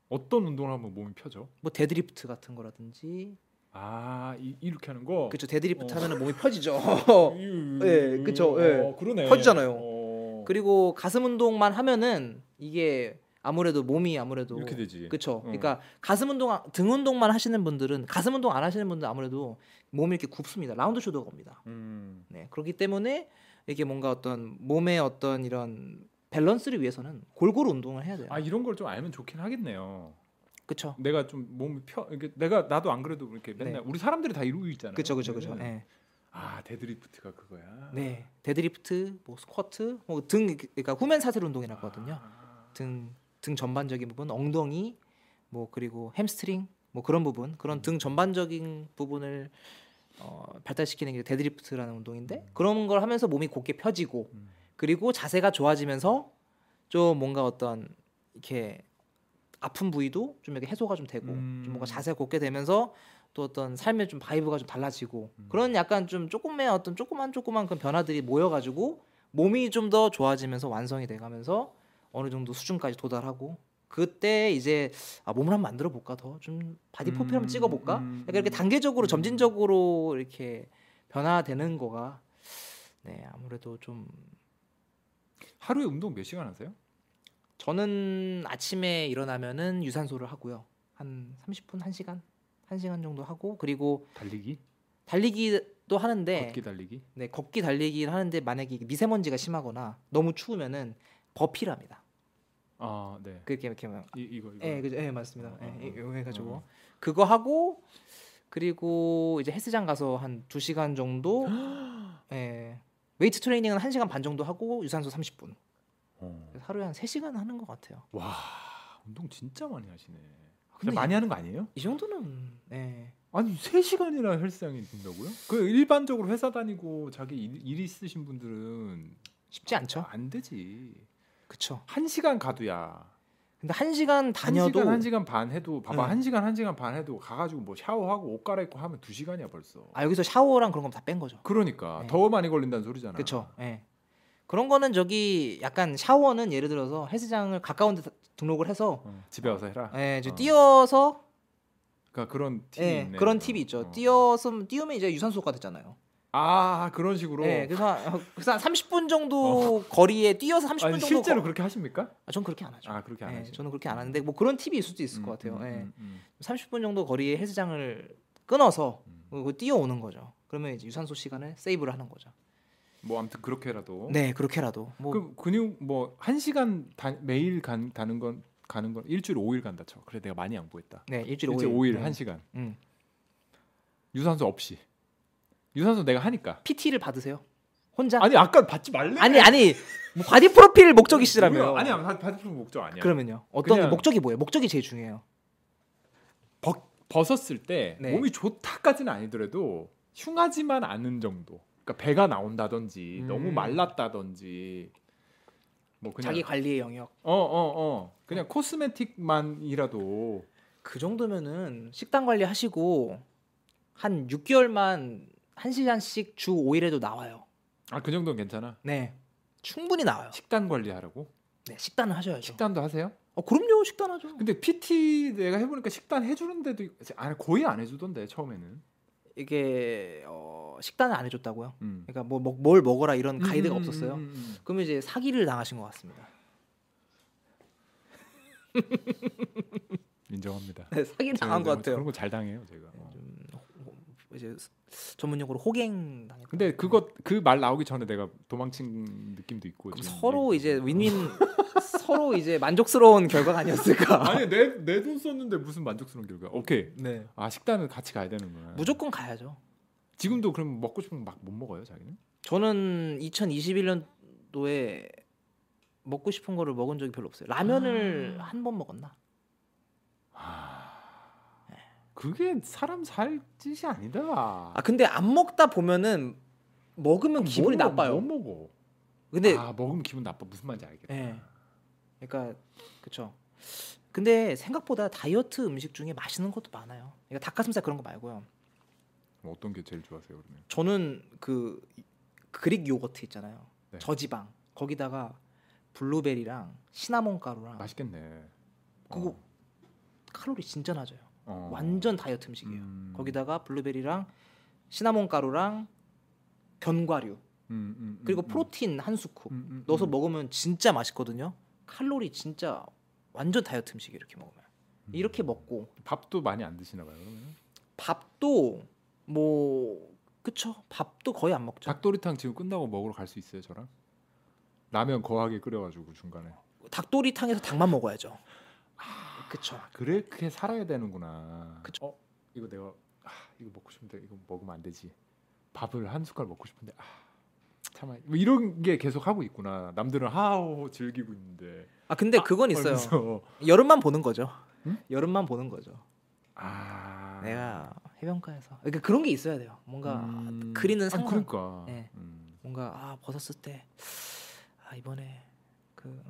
S1: 어떤 운동을 하면 몸이 펴져?
S2: 뭐 데드리프트 같은 거라든지
S1: 아 이, 이렇게 하는 거.
S2: 그쵸 데드리프트
S1: 어.
S2: 하면 몸이 펴지죠.
S1: 예,
S2: 예, 그쵸, 예.
S1: 그러네.
S2: 펴지잖아요.
S1: 어,
S2: 그리고 가슴 운동만 하면은 이게 아무래도 몸이 아무래도
S1: 이렇게 되지. 어.
S2: 그쵸.
S1: 응.
S2: 그러니까 가슴 운동, 등 운동만 하시는 분들은 가슴 운동 안 하시는 분들 은 아무래도 몸이 이렇게 굽습니다. 라운드 숄더가 옵니다.
S1: 음,
S2: 네, 그렇기 때문에 이게 뭔가 어떤 몸의 어떤 이런 밸런스를 위해서는 골고루 운동을 해야 돼요.
S1: 아 이런 걸 좀 알면 좋긴 하겠네요.
S2: 그쵸.
S1: 내가 좀 몸이 펴 이렇게 내가 나도 안 그래도 이렇게 맨날 우리 사람들이 다 이러고 있잖아요.
S2: 네. 그쵸, 그쵸, 그쵸.
S1: 그러면은
S2: 네.
S1: 아 데드리프트가 그거야.
S2: 네, 데드리프트, 뭐 스쿼트, 뭐 등 그러니까 후면 사슬 운동이라고 하거든요.
S1: 아,
S2: 등, 등 전반적인 부분, 엉덩이, 뭐 그리고 햄스트링, 뭐 그런 부분,
S1: 음.
S2: 그런 등 전반적인 부분을 어, 발달시키는 게 데드리프트라는 운동인데 그런 걸 하면서 몸이 곧게 펴지고
S1: 음.
S2: 그리고 자세가 좋아지면서 좀 뭔가 어떤 이렇게 아픈 부위도 좀 이렇게 해소가 좀 되고
S1: 음.
S2: 좀 뭔가 자세가 곧게 되면서 또 어떤 삶의 좀 바이브가 좀 달라지고
S1: 음.
S2: 그런 약간 좀 조금의 어떤 조그만 조그만 그 변화들이 모여가지고 몸이 좀 더 좋아지면서 완성이 돼가면서 어느 정도 수준까지 도달하고 그때 이제 아, 몸을 한번 만들어 볼까 더 좀 바디 포필
S1: 음,
S2: 한번 찍어볼까
S1: 음,
S2: 약간 이렇게
S1: 음.
S2: 단계적으로
S1: 음.
S2: 점진적으로 이렇게 변화되는 거가 네 아무래도 좀
S1: 하루에 운동 몇 시간 하세요?
S2: 저는 아침에 일어나면은 유산소를 하고요. 한 30분, 1시간? 1시간 정도 하고 그리고
S1: 달리기,
S2: 달리기도 하는데
S1: 걷기 달리기.
S2: 네, 걷기 달리기를 하는데 만약에 이게 미세먼지가 심하거나 너무 추우면은 버피를 합니다.
S1: 아 네.
S2: 그렇게 이렇게 하면
S1: 이 이거 이거.
S2: 예, 그죠. 예, 맞습니다.
S1: 어,
S2: 예,
S1: 어,
S2: 이거 해 가지고
S1: 어.
S2: 그거 하고 그리고 이제 헬스장 가서 한 2시간 정도 예. 웨이트 트레이닝은 1시간 반 정도 하고 유산소 30분.
S1: 어.
S2: 그래서 하루에 한 3시간 하는 것 같아요.
S1: 와 운동 진짜 많이 하시네.
S2: 근데
S1: 근데 많이 하는 거 아니에요?
S2: 이 정도는 예.
S1: 아니 3시간이나 헬스장이 된다고요? 그 일반적으로 회사 다니고 자기 일, 일 있으신 분들은
S2: 쉽지 않죠.
S1: 안 되지.
S2: 그쵸.
S1: 1시간 가도야.
S2: 근데 한 시간 다녀도 네.
S1: 1시간 1시간 반 해도 봐봐.
S2: 응.
S1: 한 1시간 1시간 반 해도 가 가지고 뭐 샤워하고 옷 갈아입고 하면 2시간이야 벌써.
S2: 아 여기서 샤워랑 그런 건 다 뺀 거죠.
S1: 그러니까
S2: 네.
S1: 더 많이 걸린다는 소리잖아.
S2: 그쵸. 예. 그런 거는 저기 약간 샤워는 예를 들어서 헬스장을 가까운 데 등록을 해서
S1: 어, 집에 와서 해라.
S2: 예, 이제
S1: 어.
S2: 뛰어서
S1: 그러니까 그런 팁이
S2: 예,
S1: 있네.
S2: 그런
S1: 어,
S2: 팁이 있죠.
S1: 어.
S2: 뛰어서 뛰우면 이제 유산소가 되잖아요.
S1: 아, 그런 식으로.
S2: 예, 그래서 한, 그래서 한 30분 정도 거리에 뛰어서 30분
S1: 아니,
S2: 정도
S1: 실제로
S2: 거-
S1: 그렇게 하십니까?
S2: 아, 전 그렇게 안 하죠.
S1: 아, 그렇게 안
S2: 예,
S1: 하시.
S2: 저는 그렇게 안 하는데 뭐 그런 팁이 있을 수도 있을 것 같아요. 예.
S1: 음, 음,
S2: 30분 정도 거리에 헬스장을 끊어서
S1: 음.
S2: 그거 뛰어오는 거죠. 그러면 이제 유산소 시간을 세이브를 하는 거죠.
S1: 뭐 아무튼 그렇게라도.
S2: 네, 그렇게라도. 뭐
S1: 그 근육 뭐 한 시간 다, 매일 간, 가는 건 가는 건 일주일 5일 간다 쳐. 그래 내가 많이 양보했다.
S2: 네, 일주일에
S1: 일주일 5일, 1시간.
S2: 음.
S1: 유산소 없이. 유산소 내가 하니까.
S2: PT를 받으세요. 혼자?
S1: 아니 아까 받지 말래.
S2: 아니, 아니. 뭐 바디 프로필 목적이시라며.
S1: 뭐야? 아니야 바- 바디프로 목적 아니야.
S2: 그러면요. 어떤
S1: 그냥-
S2: 목적이 뭐예요? 목적이 제일 중요해요.
S1: 벗 벗었을 때
S2: 네.
S1: 몸이 좋다까지는 아니더라도 흉하지만 않은 정도. 그러니까 배가 나온다든지
S2: 음.
S1: 너무 말랐다든지 뭐 그냥
S2: 자기 관리의 영역.
S1: 어 어 어 그냥 코스메틱만이라도
S2: 그 정도면은 식단 관리 하시고 한 6개월만 1시간씩 주 5일에도 나와요.
S1: 아 그 정도는 괜찮아.
S2: 네. 충분히 나와요.
S1: 식단 관리하라고?
S2: 네, 식단을 하셔야죠.
S1: 식단도 하세요?
S2: 어, 그럼요, 식단 하죠.
S1: 근데 PT 내가 해보니까 식단 해주는 데도 있- 아니 거의 안 해주던데 처음에는.
S2: 이게 어, 식단을 안 해줬다고요.
S1: 음.
S2: 그러니까 뭐, 먹- 뭘 먹어라 이런 가이드가
S1: 음, 음,
S2: 없었어요.
S1: 음, 음.
S2: 그러면 이제 사기를 당하신 것 같습니다.
S1: 음. 인정합니다.
S2: 네, 사기를 당한 것 같아요. 네,
S1: 그런 거 잘 당해요 제가. 어.
S2: 좀 호- 이제 전문용어로 호갱 당했다.
S1: 근데 그거 그 말 나오기 전에 내가 도망친 느낌도 있고.
S2: 그럼
S1: 지금
S2: 서로
S1: 얘기-
S2: 이제 윈윈 서로 이제 만족스러운 결과가 아니었을까?
S1: 아니 내 내 돈 썼는데 무슨 만족스러운 결과? 오케이.
S2: 네.
S1: 아 식단은 같이 가야 되는구나.
S2: 무조건 가야죠.
S1: 지금도 그럼 먹고 싶은 거 막 못 먹어요 자기는?
S2: 저는 2021년도에 먹고 싶은 거를 먹은 적이 별로 없어요. 라면을 한 번 먹었나? 네.
S1: 그게 사람 살 짓이 아니다.
S2: 아 근데 안 먹다 보면은 먹으면 기분이
S1: 못 먹-
S2: 나빠요.
S1: 못 먹어.
S2: 뭐, 근데
S1: 아 먹으면 기분 나빠 무슨 말인지 알겠다.
S2: 예. 그러니까 그쵸. 근데 생각보다 다이어트 음식 중에 맛있는 것도 많아요. 그러니까 닭가슴살 그런 거 말고요.
S1: 그럼 뭐 어떤 게 제일 좋아하세요 그러면?
S2: 저는 그 그릭 요거트 있잖아요.
S1: 네.
S2: 저지방 거기다가 블루베리랑 시나몬 가루랑
S1: 아, 맛있겠네.
S2: 그거
S1: 어.
S2: 칼로리 진짜 낮아요.
S1: 어.
S2: 완전 다이어트 음식이에요.
S1: 음.
S2: 거기다가 블루베리랑 시나몬 가루랑 견과류
S1: 음, 음,
S2: 그리고
S1: 음,
S2: 프로틴 한 스쿱
S1: 음, 음, 음.
S2: 넣어서 먹으면 진짜 맛있거든요. 칼로리 진짜 완전 다이어트 음식이에요. 이렇게 먹으면
S1: 음.
S2: 이렇게 먹고
S1: 밥도 많이 안 드시나 봐요 그러면?
S2: 밥도 뭐 그쵸 밥도 거의 안 먹죠.
S1: 닭도리탕 지금 끝나고 먹으러 갈 수 있어요 저랑? 라면 거하게 끓여가지고 중간에
S2: 닭도리탕에서 닭만 먹어야죠. 그쵸.
S1: 아, 그렇게 살아야 되는구나.
S2: 그쵸.
S1: 어 이거 내가 아, 이거 먹고 싶은데 이거 먹으면 안 되지. 밥을 한 숟갈 먹고 싶은데 아, 참아 뭐 이런 게 계속 하고 있구나. 남들은 하오 즐기고 있는데.
S2: 아 근데 그건 있어요.
S1: 하면서.
S2: 여름만 보는 거죠.
S1: 응?
S2: 여름만 보는 거죠.
S1: 아
S2: 내가 해변가에서 그러니까 그런 게 있어야 돼요. 뭔가
S1: 음.
S2: 그리는
S1: 아,
S2: 상황.
S1: 그러니까.
S2: 네.
S1: 음.
S2: 뭔가 아 벗었을 때 아 이번에 그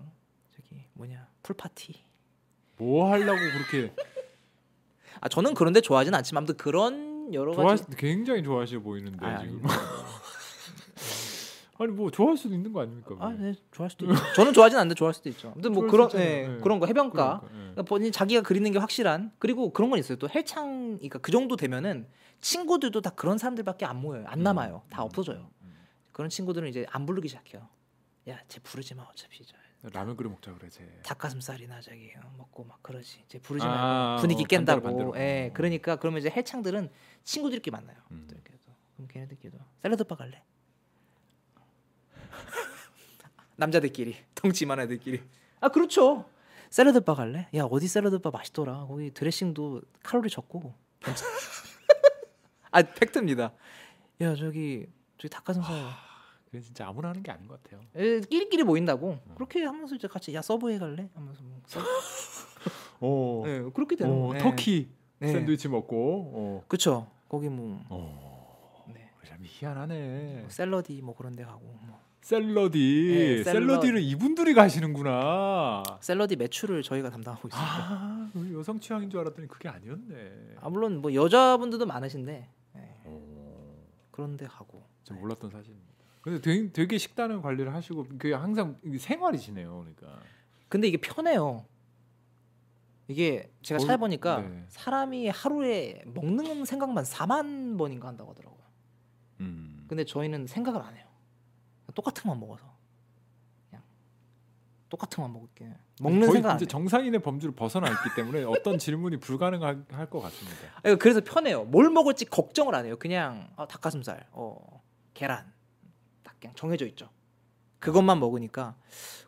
S2: 저기 뭐냐 풀 파티.
S1: 뭐 하려고 그렇게
S2: 아 저는 그런데 좋아하진 않지만 아무튼 그런 여러
S1: 좋아
S2: 가지
S1: 굉장히 좋아하시어 보이는데
S2: 아,
S1: 지금. 아니 뭐 좋아할 수도 있는 거 아닙니까?
S2: 아,
S1: 그게?
S2: 네, 좋아할 수도 있죠. 저는 좋아하진 않는데 좋아할 수도 있죠. 아무튼 뭐
S1: 좋아할
S2: 그런
S1: 수 있잖아요.
S2: 예,
S1: 네.
S2: 그런 거 해변가
S1: 그러니까, 예.
S2: 그러니까 본인 자기가 그리는 게 확실한 그리고 그런 건 있어요. 또 헬창 그러니까 그 정도 되면은 친구들도 다 그런 사람들밖에 안 모여요. 안 남아요. 다
S1: 음,
S2: 없어져요.
S1: 음,
S2: 그런 친구들은 이제 안 부르기 시작해요. 야, 쟤 부르지 마. 어차피 저
S1: 음. 라면 끓여 먹자 그래 쟤.
S2: 닭가슴살이나 저기 어, 먹고 막 그러지. 쟤 부르지
S1: 아,
S2: 말고
S1: 어,
S2: 분위기
S1: 반대로,
S2: 깬다고.
S1: 반대로.
S2: 예.
S1: 어.
S2: 그러니까 그러면 이제 헬창들은 친구들끼리 만나요.
S1: 음.
S2: 또 이렇게 또. 그럼 걔네들끼리도 샐러드 바 갈래? 남자들끼리 덩치만 애들끼리 아 그렇죠 샐러드 바 갈래? 야 어디 샐러드 바 맛있더라 거기 드레싱도 칼로리 적고 괜찮- 아 팩트입니다 야 저기 저기 닭가슴살
S1: 아. 그게 진짜 아무나 하는 게 아닌 것 같아요.
S2: 에, 끼리끼리 모인다고 그렇게 하면서 이제 같이 야 서브웨이 갈래? 하면서 뭐 서브-
S1: 어,
S2: 예, 그렇게 되는
S1: 어,
S2: 거예요. 예.
S1: 터키
S2: 네.
S1: 샌드위치 먹고,
S2: 그쵸 거기 뭐
S1: 어, 어,
S2: 네.
S1: 참 희한하네.
S2: 뭐 샐러디 뭐 그런 데 가고 뭐.
S1: 샐러디,
S2: 네, 샐러-
S1: 샐러디를 이분들이 가시는구나.
S2: 샐러디 매출을 저희가 담당하고 있습니다
S1: 아, 우리 여성 취향인 줄 알았더니 그게 아니었네.
S2: 아 물론 뭐 여자분들도 많으신데 예,
S1: 어,
S2: 그런데 가고
S1: 전 몰랐던 사실입니다. 근데 되게, 되게 식단을 관리를 하시고 그게 항상 이게 생활이시네요, 그러니까.
S2: 근데 이게 편해요 이게 제가
S1: 거의-
S2: 찾아보니까
S1: 네.
S2: 사람이 하루에 먹는 생각만 4만 번인가 한다고 하더라고요
S1: 음.
S2: 근데 저희는 생각을 안 해요 똑같은 것만 먹어서 그냥 똑같은 것만 먹을게 먹는
S1: 거의
S2: 생각 안
S1: 이제
S2: 해요
S1: 정상인의 범주를 벗어나 있기 때문에 어떤 질문이 불가능할 것 같습니다.
S2: 아, 그래서 편해요 뭘 먹을지 걱정을 안 해요 그냥 아, 닭가슴살 어, 계란 딱 그냥 정해져 있죠 그것만 먹으니까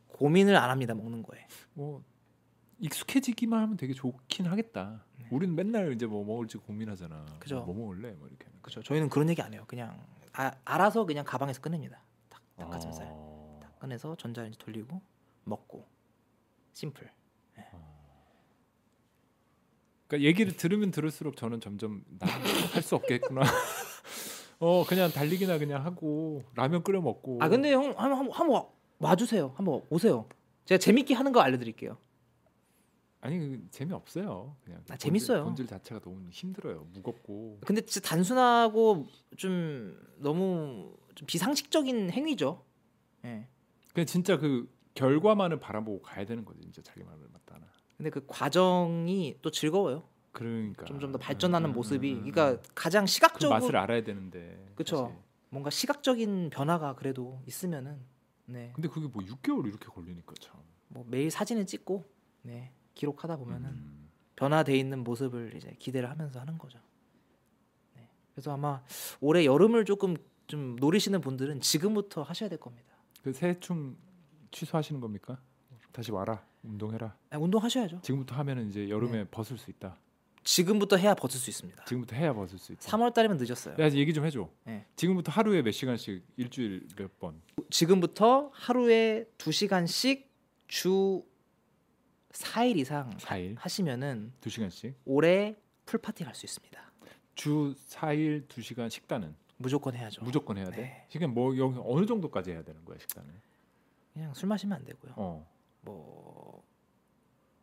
S2: 고민을 안 합니다 먹는 거에
S1: 뭐 익숙해지기만 하면 되게 좋긴 하겠다.
S2: 네.
S1: 우리는 맨날 이제 뭐 먹을지 고민하잖아.
S2: 그죠.
S1: 뭐 먹을래? 뭐 이렇게. 하는 거.
S2: 그렇죠. 저희는 그런 얘기 안 해요. 그냥 아, 알아서 그냥 가방에서 꺼냅니다. 딱 닭가슴살
S1: 아,
S2: 딱 꺼내서 전자레인지 돌리고 먹고 심플.
S1: 그러니까 얘기를 들으면 들을수록 저는 점점 나할수 없겠구나. 어 그냥 달리기나 그냥 하고 라면 끓여 먹고.
S2: 아 근데 형 한번 한번, 한번 와- 와주세요. 한번 오세요. 제가 재밌게 하는 거 알려드릴게요.
S1: 아니 그 재미 없어요. 그냥
S2: 아, 재밌어요.
S1: 본질 자체가 너무 힘들어요. 무겁고.
S2: 근데 진짜 단순하고 좀 너무 좀 비상식적인 행위죠. 예.
S1: 그냥 진짜 그 결과만을 바라보고 가야 되는 거지 진짜 자기 말을 맞다나.
S2: 근데 그 과정이 또 즐거워요.
S1: 그러니까
S2: 좀 좀 더 발전하는
S1: 음, 음,
S2: 모습이.
S1: 음, 음.
S2: 그러니까 가장
S1: 그
S2: 시각적으로
S1: 맛을 알아야 되는데.
S2: 그쵸.
S1: 사실.
S2: 뭔가 시각적인 변화가 그래도 있으면은 네.
S1: 근데 그게 뭐 6개월 이렇게 걸리니까 참.
S2: 뭐 매일 사진을 찍고 네. 기록하다 보면은
S1: 음.
S2: 변화돼 있는 모습을 이제 기대를 하면서 하는 거죠. 네. 그래서 아마 올해 여름을 조금 좀 노리시는 분들은 지금부터 하셔야 될 겁니다.
S1: 그 새해충 취소하시는 겁니까? 다시 와라 운동해라.
S2: 아, 운동하셔야죠.
S1: 지금부터 하면은 이제
S2: 네.
S1: 여름에 벗을 수 있다.
S2: 지금부터 해야 버틸 수 있습니다.
S1: 지금부터 해야 벗을 수 있다.
S2: 3월 달이면 늦었어요.
S1: 야 이제 얘기 좀 해줘.
S2: 네.
S1: 지금부터 하루에 몇 시간씩 일주일 몇 번?
S2: 지금부터 하루에 2시간씩 주 4일 이상
S1: 4일
S2: 하시면은
S1: 2시간씩.
S2: 올해 풀 파티 갈 수 있습니다.
S1: 주 4일 2시간 식단은
S2: 무조건 해야죠.
S1: 무조건 해야 돼.
S2: 네.
S1: 식단 뭐 여기 어느 정도까지 해야 되는 거야 식단은?
S2: 그냥 술 마시면 안 되고요.
S1: 어.
S2: 뭐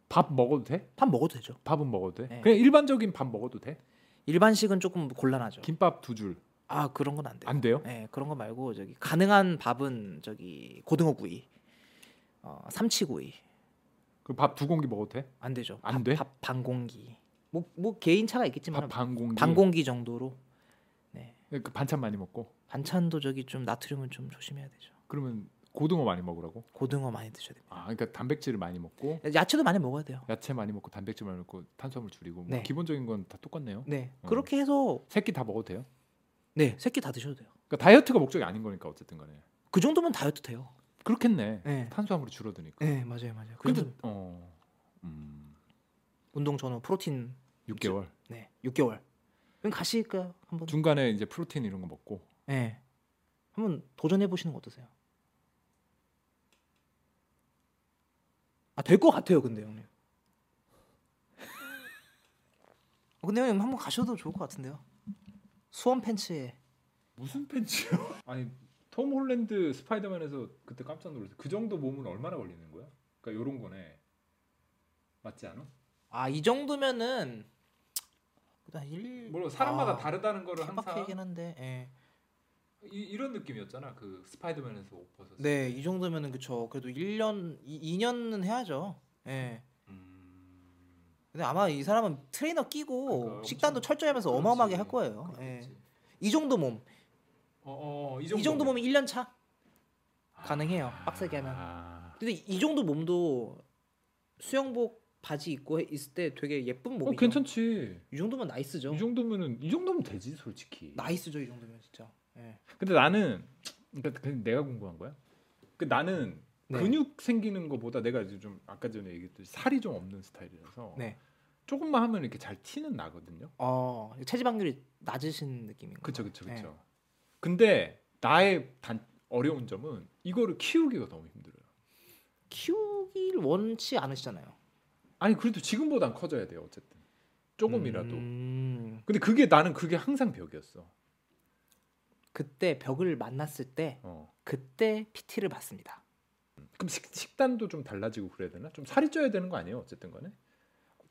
S2: 밥
S1: 밥 먹어도 돼?
S2: 먹어도 되죠.
S1: 밥은 먹어도 돼?
S2: 네.
S1: 그냥 일반적인 밥 먹어도 돼?
S2: 일반식은 조금 곤란하죠.
S1: 김밥 두 줄.
S2: 아 그런 건 안 돼요.
S1: 안 돼요?
S2: 네, 그런 거 말고 저기 가능한 밥은 저기 고등어 구이, 어, 삼치구이
S1: 그 밥 두 공기 먹어도 돼?
S2: 안 되죠.
S1: 안
S2: 밥-
S1: 돼?
S2: 밥 반공기. 뭐 뭐 개인 차가 있겠지만
S1: 밥 반 공기.
S2: 반공기 정도로
S1: 그 반찬 많이 먹고.
S2: 반찬도 저기 좀 나트륨은 좀 조심해야 되죠.
S1: 그러면 고등어 많이 먹으라고?
S2: 고등어 많이 드셔야 됩니다.
S1: 아, 그러니까 단백질을 많이 먹고
S2: 야채도 많이 먹어야 돼요.
S1: 야채 많이 먹고 단백질 많이 먹고 탄수화물 줄이고 뭐
S2: 네.
S1: 기본적인 건 다 똑같네요.
S2: 네,
S1: 어.
S2: 그렇게 해서
S1: 새끼 다 먹어도 돼요?
S2: 네 새끼 다 드셔도 돼요.
S1: 그러니까 다이어트가 목적이 아닌 거니까 어쨌든 간에.
S2: 그 정도면 다이어트 돼요.
S1: 그렇겠네.
S2: 네,
S1: 탄수화물이 줄어드니까.
S2: 네 맞아요, 맞아요. 그
S1: 근데
S2: 정도면
S1: 어. 음.
S2: 운동 전후 프로틴
S1: 6개월.
S2: 네 6개월. 그럼 가실까요 한번?
S1: 중간에 이제 프로틴 이런 거 먹고
S2: 네, 한번 도전해 보시는 거 어떠세요? 아될 것 같아요, 근데 형님. 어, 근데 형님 한번 가셔도 좋을 것 같은데요. 수원 팬츠에
S1: 무슨 팬츠요? 아니 톰 홀랜드 스파이더맨에서 그때 깜짝 놀랐어. 그 정도 몸은 얼마나 걸리는 거야? 그러니까 요런 거네. 맞지 않아?
S2: 아 이 정도면은 그다음 일
S1: 물론 사람마다
S2: 아,
S1: 다르다는 거를 항상
S2: 빡빡이긴 한데 예.
S1: 이, 이런 느낌이었잖아. 그 스파이더맨에서 옷 벗었을 때.
S2: 네이 정도면은 그쵸 그래도 1년 2, 2년은 해야죠 예
S1: 음,
S2: 근데 아마 이 사람은 트레이너 끼고
S1: 그러니까
S2: 식단도
S1: 엄청-
S2: 철저히 하면서
S1: 그렇지.
S2: 어마어마하게 할 거예요 예.
S1: 그렇겠지.
S2: 이 정도 몸 이
S1: 어, 어, 이
S2: 정도,
S1: 정도,
S2: 몸이 1년 차 가능해요 빡세게 하면
S1: 아,
S2: 근데 이 정도 몸도 수영복 바지 입고 해- 있을 때 되게 예쁜 몸이죠
S1: 어, 괜찮지.
S2: 이 정도면 나이스죠
S1: 이 정도면은 이 정도면 되지 솔직히.
S2: 나이스죠 이 정도면 진짜 예.
S1: 근데 나는 그러니까 그냥 내가 궁금한 거야. 그 나는
S2: 네.
S1: 근육 생기는 거보다 내가 이제 좀 아까 전에 얘기했듯이 살이 좀 없는 스타일이라서
S2: 네.
S1: 조금만 하면 이렇게 잘 티는 나거든요.
S2: 어 체지방률이 낮으신 느낌인가요?
S1: 그쵸그쵸그
S2: 네.
S1: 쵸 근데 나의 단 어려운 점은 이거를 키우기가 너무 힘들어요.
S2: 키우길 원치 않으시잖아요.
S1: 아니 그래도 지금보단 커져야 돼요 어쨌든 조금이라도.
S2: 음,
S1: 근데 그게 나는 그게 항상 벽이었어.
S2: 그때 벽을 만났을 때
S1: 어.
S2: 그때 PT를 받습니다.
S1: 그럼 식, 식단도 좀 달라지고 그래야 되나? 좀 살이 쪄야 되는 거 아니에요 어쨌든 간에?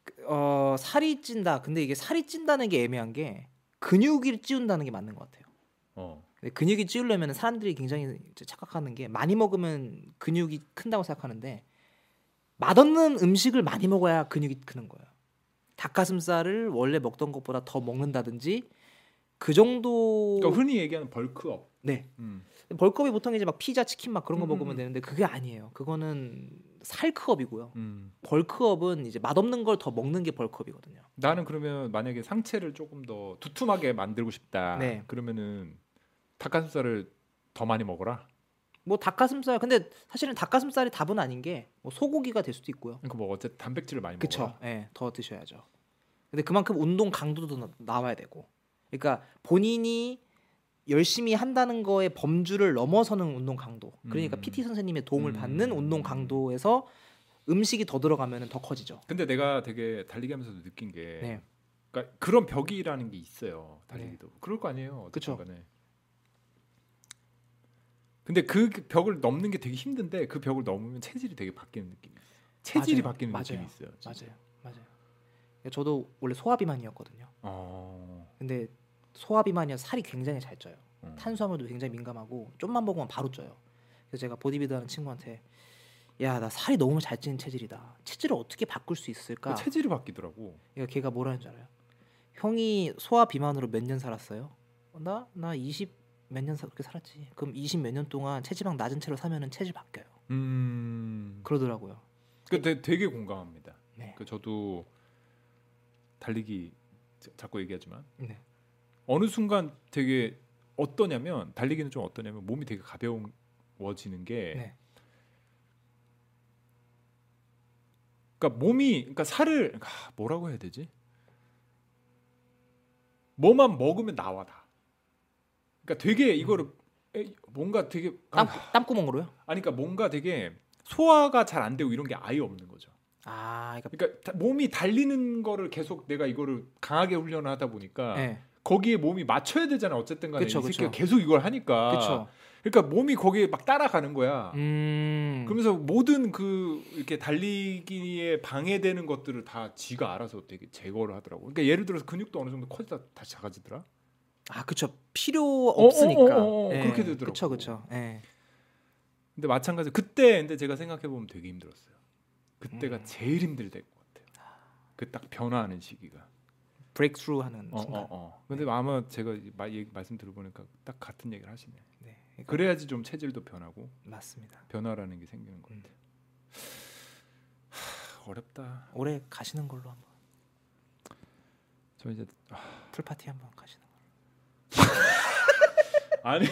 S2: 그, 어 살이 찐다. 근데 이게 살이 찐다는 게 애매한 게 근육이 찌운다는 게 맞는 것 같아요.
S1: 어.
S2: 근데 근육이 찌우려면 사람들이 굉장히 이제 착각하는 게 많이 먹으면 근육이 큰다고 생각하는데 맛없는 음식을 많이 먹어야 근육이 크는 거예요. 닭가슴살을 원래 먹던 것보다 더 먹는다든지 그 정도
S1: 그러니까 흔히 얘기하는 벌크업.
S2: 네
S1: 음.
S2: 벌크업이 보통 이제 막 피자, 치킨 막 그런 거
S1: 음,
S2: 먹으면
S1: 음.
S2: 되는데 그게 아니에요. 그거는 살크업이고요.
S1: 음.
S2: 벌크업은 이제 맛없는 걸 더 먹는 게 벌크업이거든요.
S1: 나는 그러면 만약에 상체를 조금 더 두툼하게 만들고 싶다.
S2: 네.
S1: 그러면은 닭가슴살을 더 많이 먹어라.
S2: 뭐 닭가슴살 근데 사실은 닭가슴살이 답은 아닌 게 뭐 소고기가 될 수도 있고요.
S1: 그러니까 뭐 어쨌든 단백질을 많이
S2: 그쵸?
S1: 먹어라.
S2: 예, 더 드셔야죠. 근데 그만큼 운동 강도도 나- 나와야 되고. 그러니까 본인이 열심히 한다는 거에 범주를 넘어서는 운동 강도. 그러니까
S1: 음.
S2: PT 선생님의 도움을 받는
S1: 음.
S2: 운동 강도에서 음식이 더 들어가면 더 커지죠.
S1: 근데 내가 되게 달리기 하면서도 느낀 게
S2: 네.
S1: 그러니까 그런 벽이라는 게 있어요. 달리기도. 그럴 거 아니에요.
S2: 그쵸.
S1: 어쨌든 간에. 근데 그 벽을 넘는 게 되게 힘든데 그 벽을 넘으면 체질이 되게 바뀌는 느낌이 있어요. 체질이
S2: 맞아요.
S1: 바뀌는 느낌이
S2: 맞아요.
S1: 있어요. 진짜.
S2: 맞아요, 맞아요. 그러니까 저도 원래 소화비만이었거든요.
S1: 어.
S2: 근데 소화비만이어 살이 굉장히 잘 쪄요.
S1: 어.
S2: 탄수화물도 굉장히 민감하고 좀만 먹으면 바로 쪄요. 그래서 제가 보디빌더 하는 친구한테 야 나 살이 너무 잘 찌는 체질이다. 체질을 어떻게 바꿀 수 있을까?
S1: 그 체질이 바뀌더라고.
S2: 얘가 걔가 뭐라는 줄 알아요? 형이 소아 비만으로 몇 년 살았어요? 나 나 20 몇 년 그렇게 살았지. 그럼 20 몇 년 동안 체지방 낮은 채로 사면은 체질 바뀌어요.
S1: 음.
S2: 그러더라고요.
S1: 그 되- 되게 공감합니다.
S2: 네.
S1: 그 저도 달리기 자- 자꾸 얘기하지만
S2: 네.
S1: 어느 순간 되게 어떠냐면 달리기는 좀 어떠냐면 몸이 되게 가벼워지는 게
S2: 네.
S1: 그러니까 몸이 그러니까 살을 아, 뭐라고 해야 되지? 뭐만 먹으면 나와 다. 그러니까 되게 이거를
S2: 음.
S1: 에, 뭔가 되게
S2: 땀
S1: 아,
S2: 땀구멍으로요?
S1: 아니 그러니까 뭔가 되게 소화가 잘 안 되고 이런 게 아예 없는 거죠.
S2: 아, 그러니까
S1: 그러니까 다- 몸이 달리는 거를 계속 내가 이거를 강하게 훈련하다 을 보니까
S2: 네.
S1: 거기에 몸이 맞춰야 되잖아. 어쨌든 간에
S2: 그쵸,
S1: 이 새끼가
S2: 그쵸.
S1: 계속 이걸 하니까.
S2: 그렇죠.
S1: 그러니까 몸이 거기에 막 따라가는 거야.
S2: 음.
S1: 아. 그러면서 모든 그 이렇게 달리기에 방해되는 것들을 다 지가 알아서 되게 제거를 하더라고. 그러니까 예를 들어서 근육도 어느 정도 커지다 다시 작아지더라.
S2: 아, 그렇죠. 필요 없으니까.
S1: 어, 어, 어, 그렇게 되더라고.
S2: 그렇죠, 그렇죠. 예.
S1: 근데 마찬가지 그때 근데 제가 생각해 보면 되게 힘들었어요. 그때가
S2: 음.
S1: 제일 힘들 때인 것 같아요. 그 딱 변화하는 시기가.
S2: 브레이크스루 하는
S1: 어,
S2: 순간.
S1: 어, 어. 근데 아마 제가 말, 얘기, 말씀 들어보니까 딱 같은 얘기를 하시네.
S2: 네. 그러니까
S1: 그래야지 좀 체질도 변하고
S2: 맞습니다.
S1: 변화라는 게 생기는 것
S2: 음.
S1: 같아요. 하, 어렵다.
S2: 올해 가시는 걸로 한번
S1: 저 이제
S2: 풀파티 한번 가시는 걸로.
S1: 아니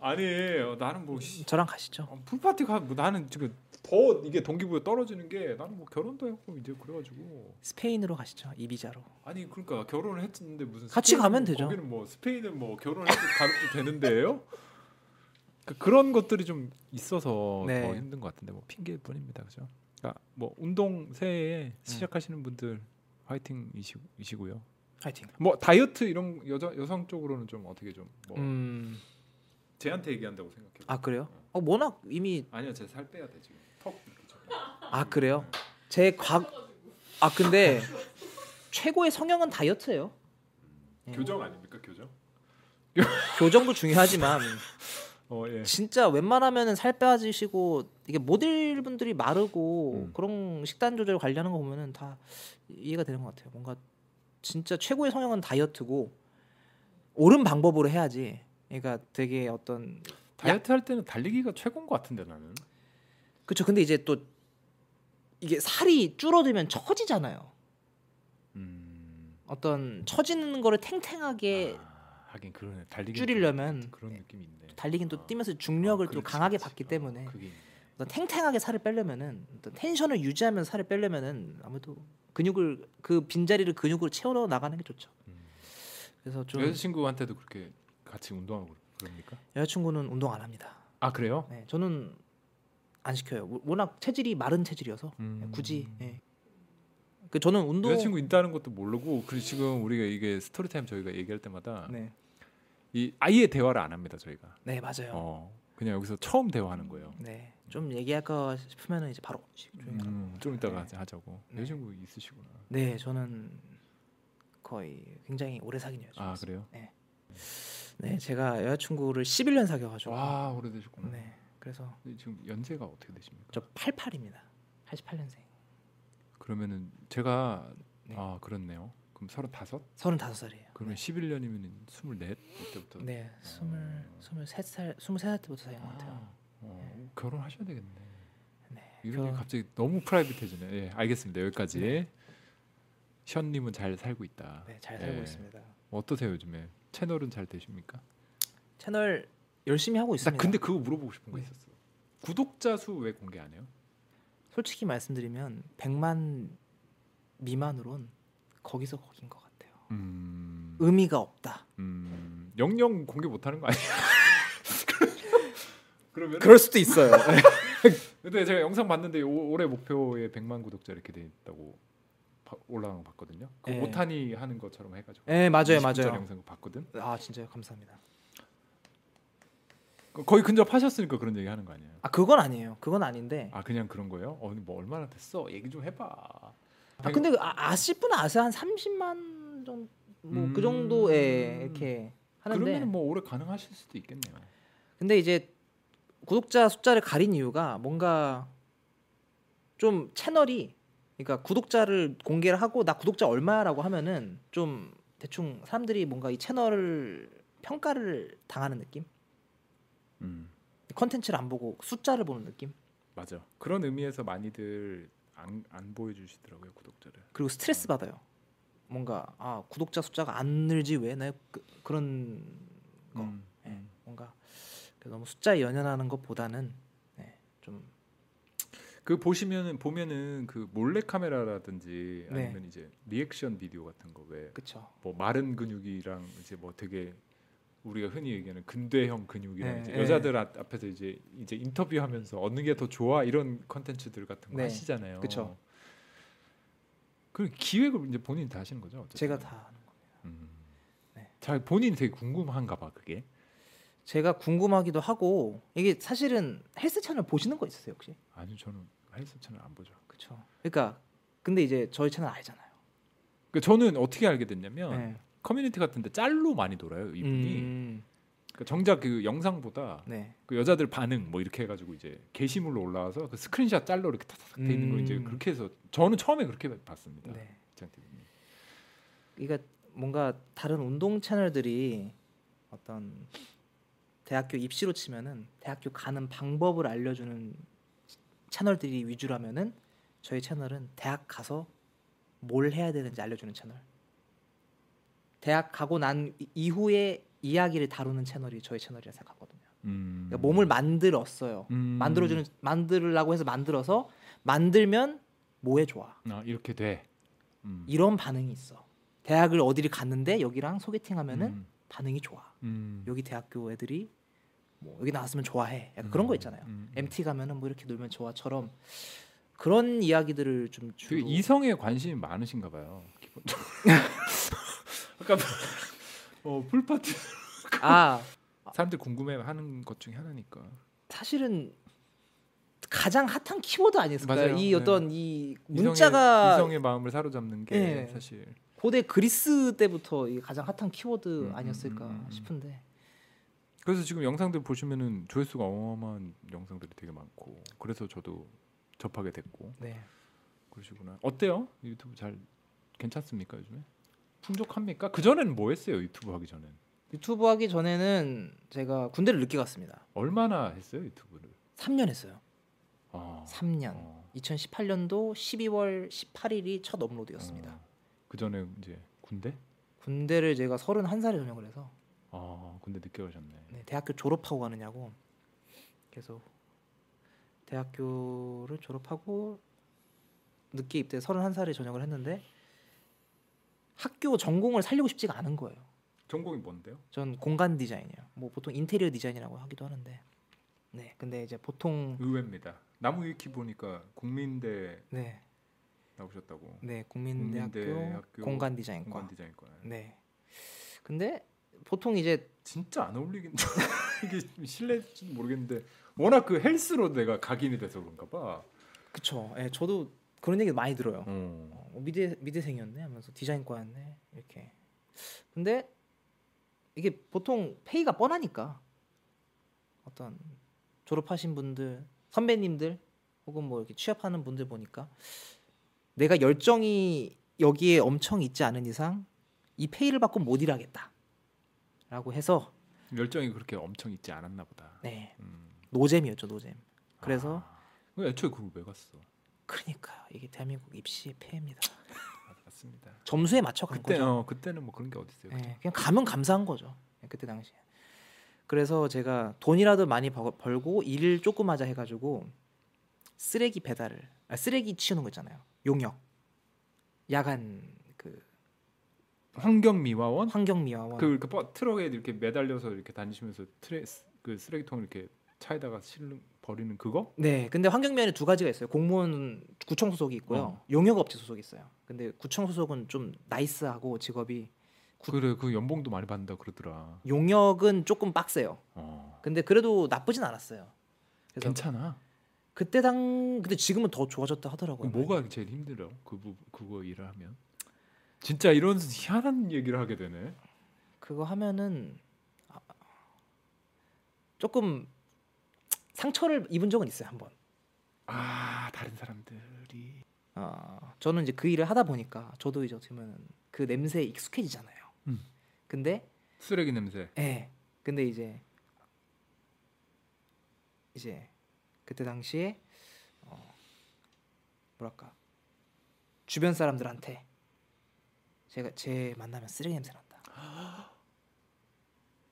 S1: 아니 어, 나는 뭐 씨,
S2: 저랑 가시죠.
S1: 어, 풀파티 가 뭐, 나는 지금 더 이게 동기부여 떨어지는 게 나는 뭐 결혼도 했고 이제 그래가지고
S2: 스페인으로 가시죠. 이비자로.
S1: 아니 그러니까 결혼을 했는데 무슨
S2: 같이
S1: 스페인,
S2: 가면 되죠.
S1: 거기는 뭐 스페인은 뭐 결혼을 해도 가도 되는데요. 그런 것들이 좀 있어서
S2: 네.
S1: 더 힘든 것 같은데 뭐 핑계뿐입니다, 그죠? 그러니까 뭐 운동 새해에
S2: 음.
S1: 시작하시는 분들 화이팅이시고요.
S2: 파이팅.
S1: 뭐 다이어트 이런 여자 여성 쪽으로는 좀 어떻게 좀뭐
S2: 음.
S1: 제한테 얘기한다고 생각해요.
S2: 아, 그래요? 어, 워낙 이미
S1: 아니요, 제 살 빼야 돼 지금. 턱. 이렇게 좀.
S2: 아, 그래요? 제 과 아, 근데 최고의 성향은 다이어트예요. 예.
S1: 음. 교정 아닙니까 교정?
S2: 교정도 중요하지만
S1: 어 예.
S2: 진짜 웬만하면은 살 빼시고 이게 모델 분들이 마르고
S1: 음.
S2: 그런 식단 조절 관리하는 거 보면은 다 이해가 되는 것 같아요. 뭔가 진짜 최고의 성향은 다이어트고 옳은 방법으로 해야지. 그러니까 되게 어떤
S1: 다이어트 할 때는 달리기가 최고인 것 같은데 나는.
S2: 그렇죠. 근데 이제 또 이게 살이 줄어들면 처지잖아요.
S1: 음.
S2: 어떤 처지는 거를 탱탱하게
S1: 아, 하긴 그러네. 달리기
S2: 줄이려면
S1: 그런 느낌이 있네.
S2: 달리긴 또
S1: 아.
S2: 뛰면서 중력을
S1: 아,
S2: 또
S1: 그렇지,
S2: 강하게
S1: 그렇지.
S2: 받기
S1: 어,
S2: 때문에
S1: 그게 있네.
S2: 어떤 탱탱하게 살을 빼려면은 어떤 텐션을 유지하면서 살을 빼려면은 아무래도 근육을 그 빈자리를 근육으로 채워 나가는 게 좋죠.
S1: 음.
S2: 그래서 좀
S1: 여자친구한테도 그렇게 같이 운동하고 그럽니까?
S2: 여자친구는 운동 안 합니다.
S1: 아 그래요?
S2: 네, 저는 안 시켜요. 워- 워낙 체질이 마른 체질이어서 네, 굳이 예. 그 저는 운동
S1: 음. 여자친구 있다는 것도 모르고 그리고 지금 우리가 이게 스토리타임 저희가 얘기할 때마다
S2: 네,
S1: 이 아예 대화를 안 합니다 저희가.
S2: 네 맞아요.
S1: 어 그냥 여기서 처음 대화하는 거예요.
S2: 네, 좀 얘기할 거 싶으면은 이제 바로 조용히 가고.
S1: 음, 좀 이따가
S2: 네.
S1: 하자- 하자고.
S2: 네.
S1: 여자친구 있으시구나.
S2: 네, 저는 거의 굉장히 오래 사귄 여자.
S1: 아 그래요?
S2: 네, 제가 여자친구를 11년 사귀어가지고.
S1: 와 오래되셨구나.
S2: 네, 그래서
S1: 근데 지금 연세가 어떻게 되십니까?
S2: 저 88입니다. 88년생.
S1: 그러면은 제가
S2: 네.
S1: 아 그렇네요. 그럼 서른다섯?
S2: 35살이에요.
S1: 그러면 11년이면은 스물넷 이때부터.
S2: 네, 스물 스물세 살 스물세 살 때부터 사귄 것 같아요.
S1: 아, 어, 결혼하셔야 되겠네.
S2: 네,
S1: 이런 게
S2: 결혼-
S1: 갑자기 너무 프라이빗해지네. 예, 알겠습니다. 여기까지. 션님은 잘 살고 있다.
S2: 네, 잘 살고
S1: 예.
S2: 있습니다.
S1: 어떠세요 요즘에? 채널은 잘 되십니까?
S2: 채널 열심히 하고
S1: 나
S2: 있습니다.
S1: 근데 그거 물어보고 싶은 거
S2: 네.
S1: 있었어. 구독자 수 왜 공개 안 해요?
S2: 솔직히 말씀드리면 100만 미만으론 거기서 거긴 것 같아요.
S1: 음,
S2: 의미가 없다.
S1: 음, 영영 공개 못하는 거 아니에요? 그러면
S2: 그럴 수도 있어요.
S1: 근데 제가 영상 봤는데 오- 올해 목표에 100만 구독자 이렇게 돼 있다고 바- 올라온 거 봤거든요. 그
S2: 예.
S1: 오타니 하는 것처럼 해가지고.
S2: 네, 맞아요,
S1: 20분짜리
S2: 맞아요.
S1: 영상 봤거든.
S2: 아 진짜요, 감사합니다.
S1: 그 거- 거의 근접하셨으니까 그런 얘기 하는 거 아니에요?
S2: 아 그건 아니에요. 그건 아닌데.
S1: 아 그냥 그런 거예요? 어, 뭐 얼마나 됐어? 얘기 좀 해봐.
S2: 아 근데 그 아, 아실 분은 아세요 한 30만 정도 뭐 그
S1: 음. 뭐
S2: 정도에 이렇게 하는데
S1: 그러면 뭐 올해 가능하실 수도 있겠네요.
S2: 근데 이제 구독자 숫자를 가린 이유가 뭔가 좀 채널이 그러니까 구독자를 공개를 하고 나 구독자 얼마라고 하면은 좀 대충 사람들이 뭔가 이 채널을 평가를 당하는 느낌?
S1: 음,
S2: 컨텐츠를 안 보고 숫자를 보는 느낌?
S1: 맞아. 그런 의미에서 많이들 안, 안 보여주시더라고요 구독자를.
S2: 그리고 스트레스 받아요. 뭔가 아 구독자 숫자가 안 늘지 왜 내 그, 런 어.
S1: 음, 음.
S2: 뭔가 그 너무 숫자에 연연하는 것보다는 네, 좀
S1: 그 보시면은 보면은 그 몰래 카메라라든지
S2: 네.
S1: 아니면 이제 리액션 비디오 같은 거왜
S2: 그쵸.
S1: 뭐 마른 근육이랑 이제 뭐 되게 우리가 흔히 얘기하는 근대형 근육이랑
S2: 네,
S1: 이제
S2: 네.
S1: 여자들 앞- 앞에서 이제 이제 인터뷰하면서 어느 게 더 좋아 이런 컨텐츠들 같은 거
S2: 네,
S1: 하시잖아요.
S2: 그쵸.
S1: 그 기획을 이제 본인이 다 하시는 거죠? 어쨌든.
S2: 제가 다 하는 거.
S1: 음.
S2: 네.
S1: 자 본인이 되게 궁금한가 봐 그게.
S2: 제가 궁금하기도 하고 이게 사실은 헬스 채널 보시는 거 있으세요 혹시?
S1: 아니 저는 헬스 채널 안 보죠.
S2: 그쵸. 그러니까 근데 이제 저희 채널 알잖아요.
S1: 그 저는 어떻게 알게 됐냐면
S2: 네.
S1: 커뮤니티 같은데 짤로 많이 돌아요 이분이.
S2: 음,
S1: 그러니까 정작 그 영상보다
S2: 네.
S1: 그 여자들 반응 뭐 이렇게 해가지고 이제 게시물로 올라와서 그 스크린샷 짤로 이렇게 타타닥 돼 있는 걸 이제
S2: 음.
S1: 그렇게 해서 저는 처음에 그렇게 봤습니다.
S2: 네.
S1: 입장 때문에.
S2: 그러니까 뭔가 다른 운동 채널들이 어떤 대학교 입시로 치면은 대학교 가는 방법을 알려주는 채널들이 위주라면은 저희 채널은 대학 가서 뭘 해야 되는지 알려주는 채널. 대학 가고 난 이- 이후에 이야기를 다루는 채널이 저희 채널이라 생각하거든요.
S1: 음.
S2: 그러니까 몸을 만들었어요.
S1: 음.
S2: 만들어주는 만들라고 해서 만들어서 만들면 뭐에 좋아?
S1: 아, 이렇게 돼. 음.
S2: 이런 반응이 있어. 대학을 어디를 갔는데 여기랑 소개팅하면은
S1: 음.
S2: 반응이 좋아.
S1: 음.
S2: 여기 대학교 애들이 뭐 여기 나왔으면 좋아해. 약간 그런 거 있잖아요.
S1: 음. 음.
S2: MT 가면은 뭐 이렇게 놀면 좋아처럼 그런 이야기들을 좀
S1: 되게
S2: 주로
S1: 이성에 관심이 많으신가 봐요. 기본적으로. 아까 어, 풀파티
S2: 아
S1: 사람들 궁금해하는 것 중에 하나니까.
S2: 사실은 가장 핫한 키워드 아니었을까요?
S1: 맞아요.
S2: 이
S1: 네.
S2: 어떤 이
S1: 이성의-
S2: 문자가
S1: 이성의 마음을 사로잡는 게
S2: 네.
S1: 사실
S2: 고대 그리스 때부터 이 가장 핫한 키워드
S1: 음,
S2: 아니었을까
S1: 음, 음, 음.
S2: 싶은데
S1: 그래서 지금 영상들 보시면은 조회수가 어마어마한 영상들이 되게 많고 그래서 저도 접하게 됐고
S2: 네.
S1: 그러시구나 어때요 유튜브 잘 괜찮습니까 요즘에 풍족합니까 그 전에는 뭐 했어요 유튜브 하기 전엔
S2: 유튜브 하기 전에는 제가 군대를 늦게 갔습니다.
S1: 얼마나 했어요 유튜브를
S2: 3년 했어요.
S1: 아
S2: 3년.
S1: 어,
S2: 2018년도 12월 18일이 첫 업로드였습니다.
S1: 어. 그 전에 이제 군대
S2: 군대를 제가 31살에 전역을 해서
S1: 아 군대 늦게 가셨네
S2: 네, 대학교 졸업하고 가느냐고 계속 대학교를 졸업하고 늦게 입대 31살에 전역을 했는데 학교 전공을 살리고 싶지가 않은 거예요.
S1: 전공이 뭔데요
S2: 전 공간 디자인이에요. 뭐 보통 인테리어 디자인이라고 하기도 하는데 네, 근데 이제 보통
S1: 의외입니다 나무 위키 보니까 국민대
S2: 네,
S1: 나오셨다고
S2: 네 국민대학교,
S1: 국민대학교
S2: 공간 디자인과
S1: 공간 디자인과
S2: 네, 근데 보통 이제
S1: 진짜 안 어울리긴 이게 좀 실례인지 모르겠는데 워낙 그 헬스로 내가 각인이 돼서 그런가 봐.
S2: 그쵸. 예, 저도 그런 얘기 많이 들어요.
S1: 어.
S2: 어, 미대 미대생이었네 하면서 디자인과였네 이렇게. 근데 이게 보통 페이가 뻔하니까 어떤 졸업하신 분들 선배님들 혹은 뭐 이렇게 취업하는 분들 보니까 내가 열정이 여기에 엄청 있지 않은 이상 이 페이를 받고 못 일하겠다라고 해서
S1: 열정이 그렇게 엄청 있지 않았나 보다.
S2: 네
S1: 음.
S2: 노잼이었죠 노잼. 그래서
S1: 아. 그 애초에 그걸 왜 갔어?
S2: 그러니까 이게 대한민국 입시의 폐해입니다.
S1: 아, 맞습니다.
S2: 점수에 맞춰 간
S1: 그때
S2: 거죠.
S1: 어, 그때는 뭐 그런 게 어디 있어요.
S2: 예, 그냥 가면 감사한 거죠. 예, 그때 당시에. 그래서 제가 돈이라도 많이 버- 벌고 일을 조금 하자 해가지고 쓰레기 배달을 아, 쓰레기 치우는 거 있잖아요. 용역, 야간 그
S1: 환경 미화원?
S2: 환경 미화원.
S1: 그 이렇게 버- 트럭에 이렇게 매달려서 이렇게 다니시면서 트레 그 쓰레기통 이렇게 차에다가 실는 버리는 그거?
S2: 네, 근데 환경 미화는 두 가지가 있어요. 공무원 구청 소속이 있고요,
S1: 어.
S2: 용역 업체 소속이 있어요. 근데 구청 소속은 좀 나이스하고 직업이 구-
S1: 그래 그 연봉도 많이 받는다 그러더라.
S2: 용역은 조금 빡세요.
S1: 어.
S2: 근데 그래도 나쁘진 않았어요. 그래서
S1: 괜찮아.
S2: 그때 당 근데 지금은 더 좋아졌다
S1: 그럼
S2: 하더라고요.
S1: 뭐가 제일 힘들어? 그 부, 그거 일을 하면 진짜 이런 희한한 얘기를 하게 되네.
S2: 그거 하면은 아, 조금 상처를 입은 적은 있어요 한번.
S1: 아 다른 사람들이
S2: 아, 저는 이제 그 일을 하다 보니까 저도 이제 어떻게 보면 그 냄새에 익숙해지잖아요.
S1: 음.
S2: 근데
S1: 쓰레기 냄새.
S2: 예. 근데 이제 이제 그때 당시에 어, 뭐랄까 주변 사람들한테 제가 제 만나면 쓰레기 냄새 난다.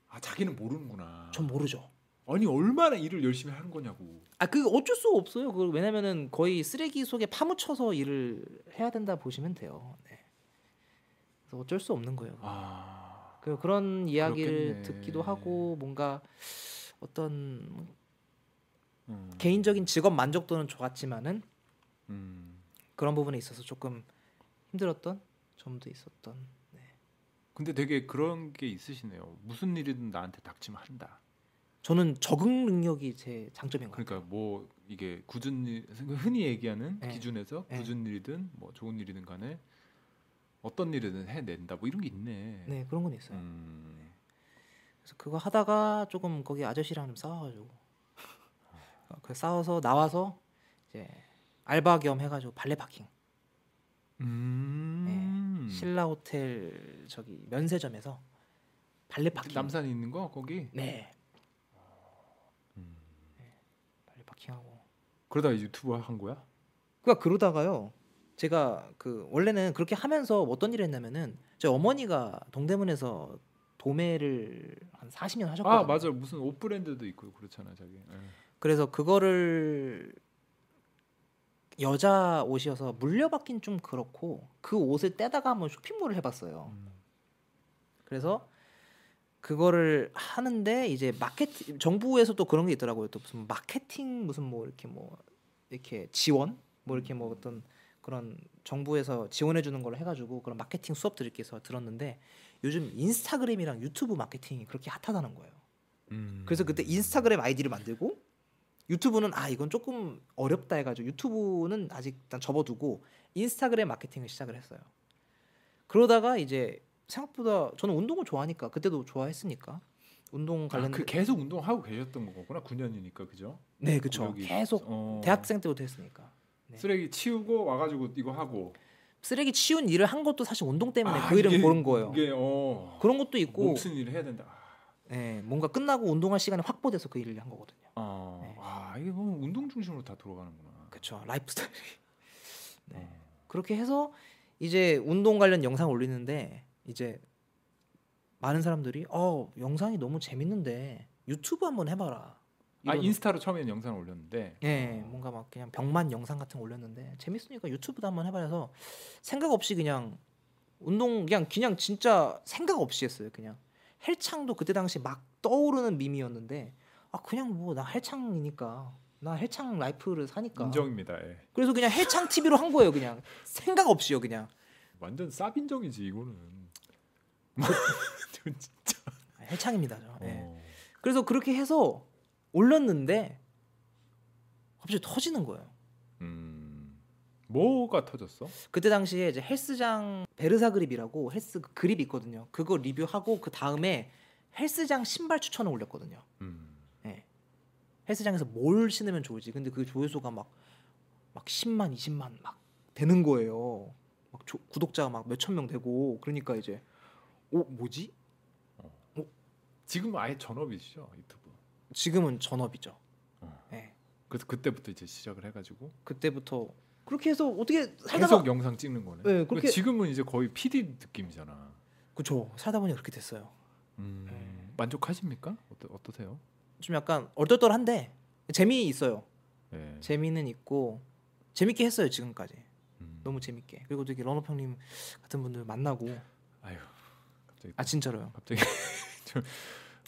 S1: 아 자기는 모르는구나.
S2: 전 모르죠.
S1: 아니 얼마나 일을 열심히 하는 거냐고.
S2: 아, 그 어쩔 수 없어요. 그 왜냐면은 거의 쓰레기 속에 파묻혀서 일을 해야 된다 보시면 돼요. 네. 그래서 어쩔 수 없는 거예요.
S1: 아
S2: 그 그런 이야기를
S1: 그렇겠네.
S2: 듣기도 하고 뭔가 어떤
S1: 음.
S2: 개인적인 직업 만족도는 좋았지만은
S1: 음.
S2: 그런 부분에 있어서 조금 힘들었던 점도 있었던.
S1: 근데 되게 그런 게 있으시네요. 무슨 일이든 나한테 닥치면 한다.
S2: 저는 적응 능력이 제 장점인 것 같아요.
S1: 그러니까 뭐 이게 굳은 일 흔히 얘기하는
S2: 네.
S1: 기준에서
S2: 네.
S1: 굳은 일이든 뭐 좋은 일이든 간에 어떤 일이든 해낸다 뭐 이런 게 있네.
S2: 네 그런 건 있어요.
S1: 음.
S2: 그래서 그거 하다가 조금 거기 아저씨랑 좀 싸워가지고 어, 그 싸워서 나와서 이제 알바 겸 해가지고 발레 파킹
S1: 음.
S2: 신라 호텔 저기 면세점에서 발레 파킹
S1: 그 남산에 있는 거 거기.
S2: 네
S1: 음.
S2: 발레 파킹하고
S1: 그러다 유튜브 한 거야?
S2: 그러니까 그러다가요. 제가 그 원래는 그렇게 하면서 어떤 일을 했냐면은 저희 어머니가 동대문에서 도매를 한 40년 하셨거든요.
S1: 아 맞아 무슨 옷 브랜드도 있고 그렇잖아 자기. 예.
S2: 그래서 그거를 여자 옷이어서 물려받긴 좀 그렇고 그 옷을 떼다가 한번 쇼핑몰을 해봤어요.
S1: 음.
S2: 그래서 그거를 하는데 이제 마케팅 정부에서도 그런 게 있더라고요. 또 무슨 마케팅 무슨 뭐 이렇게 뭐 이렇게 지원 뭐 이렇게 뭐 어떤 그런 정부에서 지원해 주는 걸로 해가지고 그런 마케팅 수업들 이렇게 해서 들었는데 요즘 인스타그램이랑 유튜브 마케팅이 그렇게 핫하다는 거예요.
S1: 음.
S2: 그래서 그때 인스타그램 아이디를 만들고 유튜브는 아 이건 조금 어렵다 해가지고 유튜브는 아직 일단 접어두고 인스타그램 마케팅을 시작을 했어요. 그러다가 이제 생각보다 저는 운동을 좋아하니까 그때도 좋아했으니까 운동
S1: 아,
S2: 관련
S1: 그 계속 운동하고 계셨던 거구나 9년이니까 그죠?
S2: 네 그쵸
S1: 노력이-
S2: 계속
S1: 어.
S2: 대학생 때부터 했으니까 네.
S1: 쓰레기 치우고 와가지고 이거 하고
S2: 쓰레기 치운 일을 한 것도 사실 운동 때문에
S1: 아,
S2: 그 일은
S1: 이게-
S2: 고른 거예요.
S1: 이게 어
S2: 그런 것도 있고
S1: 무슨 일을 해야 된다. 아.
S2: 네, 뭔가 끝나고 운동할 시간이 확보돼서 그 일을 한 거거든요.
S1: 어,
S2: 네.
S1: 아 이게 뭐 운동 중심으로 다 돌아가는구나.
S2: 그쵸 라이프스타일. 네.
S1: 어.
S2: 그렇게 해서 이제 운동 관련 영상 올리는데 이제 많은 사람들이 어 영상이 너무 재밌는데 유튜브 한번 해봐라.
S1: 아
S2: 이런-
S1: 인스타로 처음에는 영상을 올렸는데.
S2: 예, 뭔가 막 그냥 병만 영상 같은 거 올렸는데 재밌으니까 유튜브도 한번 해봐라 해서 생각 없이 그냥 운동 그냥 그냥 진짜 생각 없이 했어요 그냥 헬창도 그때 당시 막 떠오르는 밈이었는데 아 그냥 뭐 나 헬창이니까 나 헬창 라이프를 사니까
S1: 인정입니다. 예.
S2: 그래서 그냥 헬창 TV로 한 거예요 그냥 생각 없이요 그냥
S1: 완전 쌉인정이지 이거는. 진짜.
S2: 아, 헬창입니다. 저. 예.
S1: 어.
S2: 그래서 그렇게 해서 올렸는데 갑자기 터지는 거예요.
S1: 음. 뭐가 터졌어?
S2: 그때 당시에 이제 헬스장 베르사 그립이라고 헬스 그 그립 있거든요. 그거 리뷰하고 그 다음에 헬스장 신발 추천을 올렸거든요.
S1: 음.
S2: 헬스장에서 뭘 신으면 좋을지. 근데 그 조회수가 막 막 10만, 20만 막 되는 거예요. 막 조- 구독자가 막 몇천 명 되고 그러니까 이제 어 뭐지?
S1: 지금 아예 전업이시죠 유튜브.
S2: 지금은 전업이죠.
S1: 어.
S2: 예.
S1: 그래서 그때부터 이제 시작을 해가지고
S2: 그때부터 그렇게 해서 어떻게 살다가
S1: 계속 영상 찍는 거네.
S2: 네, 그렇게-
S1: 그러니까 지금은 이제 거의 PD 느낌이잖아.
S2: 그쵸 살다 보니 그렇게 됐어요
S1: 음.
S2: 네.
S1: 만족하십니까? 어떠, 어떠세요?
S2: 좀 약간 얼떨떨한데 재미 있어요
S1: 네.
S2: 재미는 있고 재밌게 했어요 지금까지
S1: 음.
S2: 너무 재밌게 그리고 되게 런업 형님 같은 분들 만나고
S1: 아유. 갑자기
S2: 아 진짜로요
S1: 갑자기 저-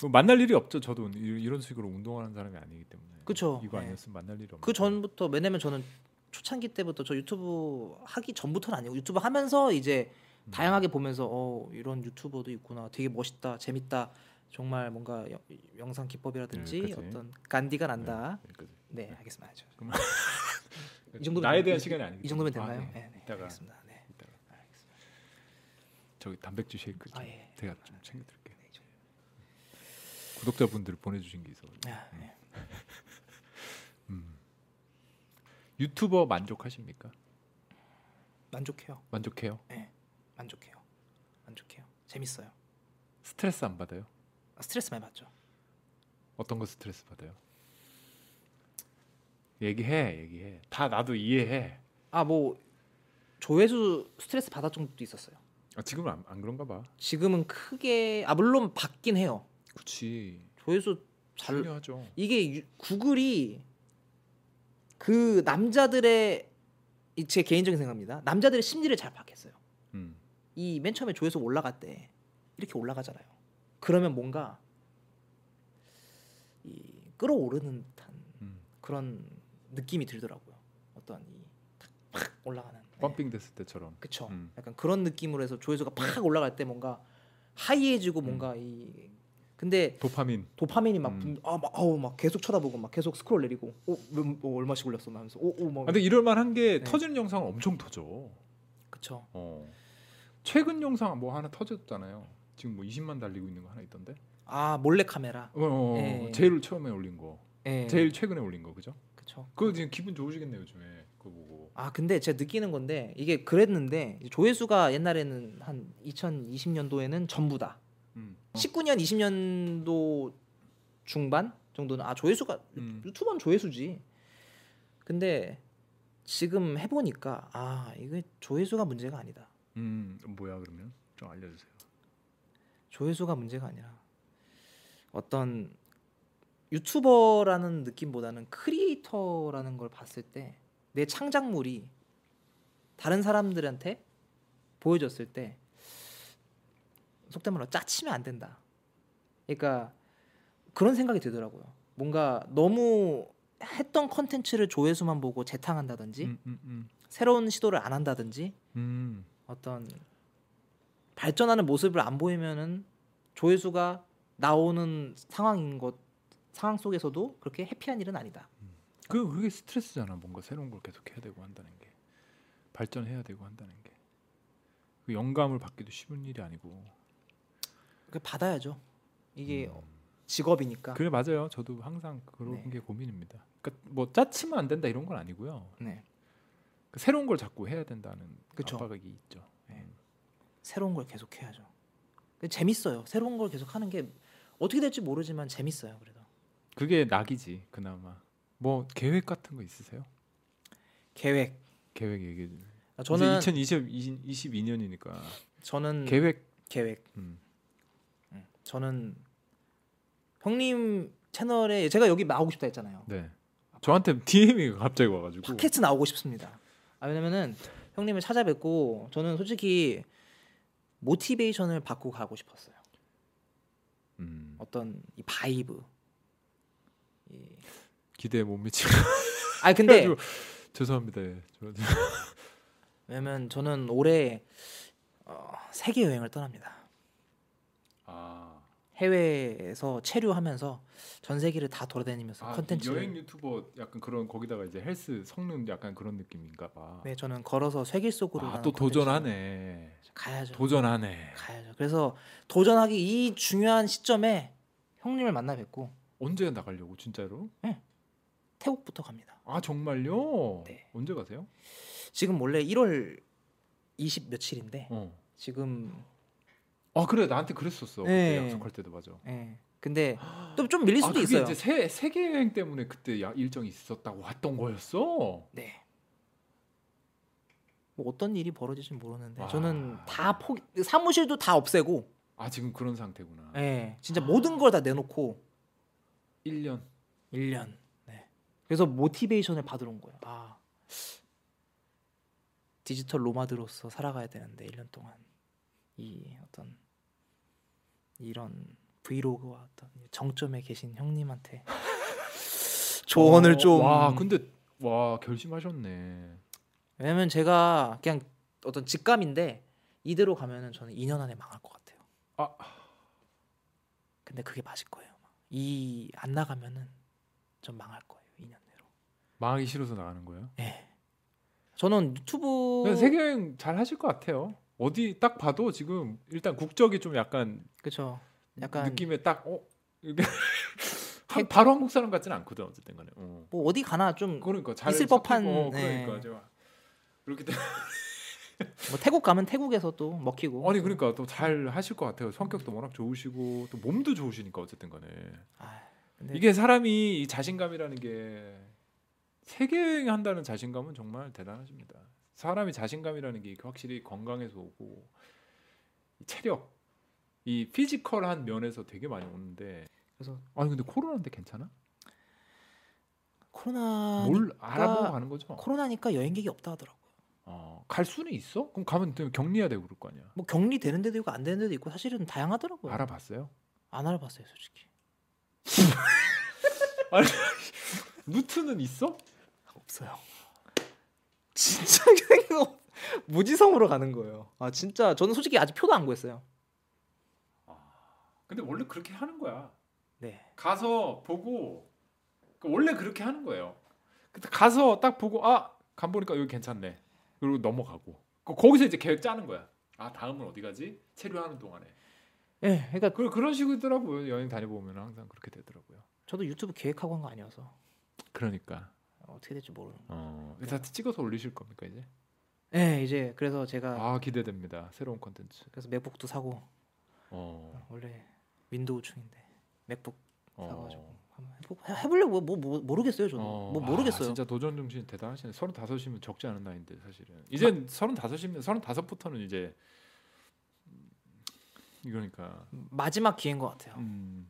S1: 뭐 만날 일이 없죠. 저도 이- 이런 식으로 운동하는 사람이 아니기 때문에.
S2: 그쵸.
S1: 이거
S2: 네.
S1: 아니었으면 만날 일이 없.
S2: 그 전부터 왜냐면 저는 초창기 때부터 저 유튜브 하기 전부터는 아니고 유튜브 하면서 이제
S1: 음.
S2: 다양하게 보면서 어 이런 유튜버도 있구나 되게 멋있다 재밌다 정말 뭔가 여- 영상 기법이라든지
S1: 네, 그치.
S2: 어떤 간디가 난다
S1: 여기까지.
S2: 네, 알겠습니다 저-
S1: 그러니까
S2: 이 정도면
S1: 나에
S2: 이-
S1: 대한 시간이 아니기
S2: 이 정도면
S1: 때문에.
S2: 됐나요?
S1: 아,
S2: 네, 네,
S1: 이따가
S2: 알겠습니다 네.
S1: 이따가.
S2: 알겠습니다.
S1: 저기 단백질 쉐이크 좀
S2: 아, 예.
S1: 제가 좀 챙겨드릴게요.
S2: 네, 좀-
S1: 구독자분들 보내주신 게 있어.
S2: 아, 네.
S1: 유튜버 만족하십니까?
S2: 만족해요.
S1: 만족해요?
S2: 만족해요. 만족해요. 재밌어요.
S1: 스트레스 안 받아요?
S2: 아, 스트레스 많이 받죠.
S1: 어떤 거 스트레스 받아요? 얘기해, 얘기해. 다 나도 이해해.
S2: 아 뭐 조회수 스트레스 받았던 것도 있었어요.
S1: 아, 지금은 안, 안 그런가 봐.
S2: 지금은 크게 아 물론 받긴 해요.
S1: 그렇지.
S2: 조회수 잘
S1: 중요하죠.
S2: 이게 유- 구글이 그 남자들의 이 제 개인적인 생각입니다. 남자들의 심리를 잘 파악했어요.
S1: 음.
S2: 이 맨 처음에 조회수 올라갈 때 이렇게 올라가잖아요. 그러면 뭔가 이 끌어오르는 듯한
S1: 음.
S2: 그런 느낌이 들더라고요. 어떤 이탁팍 올라가는. 네.
S1: 펌핑 됐을 때처럼.
S2: 그쵸.
S1: 음.
S2: 약간 그런 느낌으로 해서 조회수가 팍 올라갈 때 뭔가 하이해지고 뭔가 이 근데
S1: 도파민.
S2: 도파민이 막,
S1: 음.
S2: 분- 아, 막 아우 막 계속 쳐다보고 막 계속 스크롤 내리고 오, 몇- 뭐 얼마씩 올렸어 막 하면서
S1: 아,
S2: 오오막
S1: 근데 이럴 만한 게
S2: 네.
S1: 터지는 영상은 엄청 터져.
S2: 그쵸
S1: 어. 최근 영상 뭐 하나 터졌잖아요. 지금 뭐 20만 달리고 있는 거 하나 있던데.
S2: 아 몰래 카메라
S1: 어, 어, 어.
S2: 예.
S1: 제일 처음에 올린 거.
S2: 예
S1: 제일 최근에 올린 거 그죠?
S2: 그쵸
S1: 그거 지금 기분 좋으시겠네요 요즘에 그거 보고.
S2: 아 근데 제가 느끼는 건데 이게 그랬는데 이제 조회수가 옛날에는 한 2020년도에는 전부 다
S1: 음.
S2: 19년 20년도 중반 정도는 아 조회수가
S1: 음.
S2: 유튜브는 조회수지. 근데 지금 해보니까 아 이게 조회수가 문제가 아니다.
S1: 음, 뭐야 그러면 좀 알려주세요.
S2: 조회수가 문제가 아니라 어떤 유튜버라는 느낌보다는 크리에이터라는 걸 봤을 때 내 창작물이 다른 사람들한테 보여졌을 때 속된 말로 짜치면 안 된다. 그러니까 그런 생각이 들더라고요. 뭔가 너무 했던 컨텐츠를 조회수만 보고 재탕한다든지
S1: 음, 음, 음.
S2: 새로운 시도를 안 한다든지
S1: 음.
S2: 어떤 발전하는 모습을 안 보이면은 조회수가 나오는 상황인 것 상황 속에서도 그렇게 해피한 일은 아니다.
S1: 그 그게 스트레스잖아. 뭔가 새로운 걸 계속 해야 되고 한다는 게 발전해야 되고 한다는 게. 그 영감을 받기도 쉬운 일이 아니고.
S2: 그 받아야죠. 이게
S1: 음.
S2: 직업이니까.
S1: 그래 맞아요. 저도 항상 그런
S2: 네.
S1: 게 고민입니다. 그러니까 뭐 짜치면 안 된다 이런 건 아니고요.
S2: 네.
S1: 그 새로운 걸 자꾸 해야 된다는
S2: 그쵸.
S1: 압박이 있죠. 예.
S2: 네. 새로운 걸 계속 해야죠. 그 재밌어요. 새로운 걸 계속 하는 게 어떻게 될지 모르지만 재밌어요. 그래도
S1: 그게 낙이지 그나마. 뭐 계획 같은 거 있으세요?
S2: 계획.
S1: 계획 얘기해 주세요.
S2: 저는 음.
S1: 2022년이니까
S2: 저는
S1: 계획.
S2: 계획.
S1: 음.
S2: 저는 형님 채널에 제가 여기 나오고 싶다 했잖아요.
S1: 네. 저한테 DM이 갑자기 와가지고.
S2: 팟캐스트 나오고 싶습니다. 아, 왜냐면은 형님을 찾아뵙고 저는 솔직히 모티베이션을 받고 가고 싶었어요.
S1: 음,
S2: 어떤 이 바이브.
S1: 기대에 못 미치고.
S2: 아 근데
S1: 해가지고 죄송합니다. 예. 저, 저-
S2: 왜냐면 저는 올해 어, 세계 여행을 떠납니다.
S1: 아,
S2: 해외에서 체류하면서 전 세계를 다 돌아다니면서 컨텐츠.
S1: 그 여행 유튜버 약간 그런 거기다가 이제 헬스 성능 약간 그런 느낌인가 봐.
S2: 네, 저는 걸어서 세계 속으로
S1: 아,
S2: 가는
S1: 또
S2: 컨텐츠를
S1: 도전하네.
S2: 가야죠.
S1: 도전하네.
S2: 가야죠. 그래서 도전하기 이 중요한 시점에 형님을 만나 뵙고
S1: 언제 나가려고 진짜로?
S2: 태국부터 갑니다.
S1: 아 정말요?
S2: 네.
S1: 언제 가세요?
S2: 지금 원래 1월 20 며칠인데
S1: 어.
S2: 지금
S1: 아 그래 나한테 그랬었어.
S2: 네.
S1: 그때 약속할 때도 맞아.
S2: 예. 근데 또 좀 밀릴
S1: 아
S2: 수도
S1: 그게
S2: 있어요.
S1: 이제 세 세계 여행 때문에 그때 야, 일정이 있었다고 왔던 거였어.
S2: 네. 뭐 어떤 일이 벌어질지 모르는데
S1: 와.
S2: 저는 다 포기 사무실도 다 없애고
S1: 아 지금 그런 상태구나.
S2: 예. 진짜
S1: 아.
S2: 모든 걸 다 내놓고
S1: 1년
S2: 1년. 네. 그래서 모티베이션을 받으러 온 거예요. 아. 디지털 노마드로서 살아가야 되는데 1년 동안 이 어떤 이런 브이로그와 어떤 정점에 계신 형님한테 조언을
S1: 어,
S2: 좀
S1: 와 근데 와 결심하셨네.
S2: 왜냐면 제가 그냥 어떤 직감인데 이대로 가면은 저는 2년 안에 망할 것 같아요.
S1: 아.
S2: 근데 그게 맞을 거예요. 이 안 나가면은 좀 망할 거예요. 2년 내로.
S1: 망하기 싫어서 나가는 거예요?
S2: 저는 유튜브
S1: 근데 네, 세계 여행 잘 하실 것 같아요. 어디 딱 봐도 지금 일단 국적이 좀 약간
S2: 그쵸. 약간
S1: 느낌에 딱 어. 이렇게
S2: 태-
S1: 바로 한국 사람 같지는 않거든 어쨌든 간에. 어.
S2: 뭐 어디 가나 좀 뭐
S1: 그러니까 잘
S2: 있을 법한,
S1: 섞이고,
S2: 네.
S1: 그러니까 제가 그렇기 때문에
S2: 뭐 태국 가면 태국에서 또 먹히고.
S1: 아니 그러니까 또 잘 하실 것 같아요. 성격도 워낙 좋으시고 또 몸도 좋으시니까 어쨌든 간에
S2: 아, 근데
S1: 이게 사람이 이 자신감이라는 게 세계 여행 한다는 자신감은 정말 대단하십니다. 사람이 자신감이라는 게 확실히 건강에서 오고 이 체력 이 피지컬한 면에서 되게 많이 오는데
S2: 그래서
S1: 아니 근데 코로나인데 괜찮아?
S2: 코로나
S1: 뭘 알아보고 가는 거죠?
S2: 코로나니까 여행객이 없다 하더라고. 요
S1: 어, 갈 수는 있어? 그럼 가면 또 격리해야 되고 그럴 거 아니야.
S2: 뭐 격리 되는 데도 있고 안 되는 데도 있고 사실은 다양하더라고요.
S1: 알아봤어요?
S2: 안 알아봤어요, 솔직히.
S1: 루트는 있어?
S2: 없어요. 진짜 생각 없- 무지성으로 가는 거예요. 아 진짜 저는 솔직히 아직 표도 안 구했어요.
S1: 근데 원래 그렇게 하는 거야.
S2: 네.
S1: 가서 보고 그 원래 그렇게 하는 거예요. 그때 가서 딱 보고 아 간 보니까 여기 괜찮네. 그리고 넘어가고 그- 거기서 이제 계획 짜는 거야. 아 다음은 어디 가지? 체류하는 동안에.
S2: 예, 그러니까
S1: 그 그런 식이더라고요. 여행 다녀보면 항상 그렇게 되더라고요.
S2: 저도 유튜브 계획하고 한 거 아니어서
S1: 그러니까.
S2: 어떻게 될지 모르는. 거예요.
S1: 어. 다 찍어서 올리실 겁니까 이제?
S2: 예, 이제 그래서 제가
S1: 아 기대됩니다. 새로운 컨텐츠.
S2: 그래서 맥북도 사고
S1: 어.
S2: 원래 윈도우충인데 맥북 사가지고
S1: 어.
S2: 한번 해보, 해- 해보려고 뭐, 뭐 모르겠어요 저는
S1: 어,
S2: 뭐
S1: 아,
S2: 모르겠어요.
S1: 진짜 도전 정신 대단하시네. 서른 다섯이면 적지 않은 나이인데 사실은. 이젠 서른 다섯이면 서른 다섯부터는 이제 음, 이거니까
S2: 마지막 기회인 것 같아요.
S1: 음,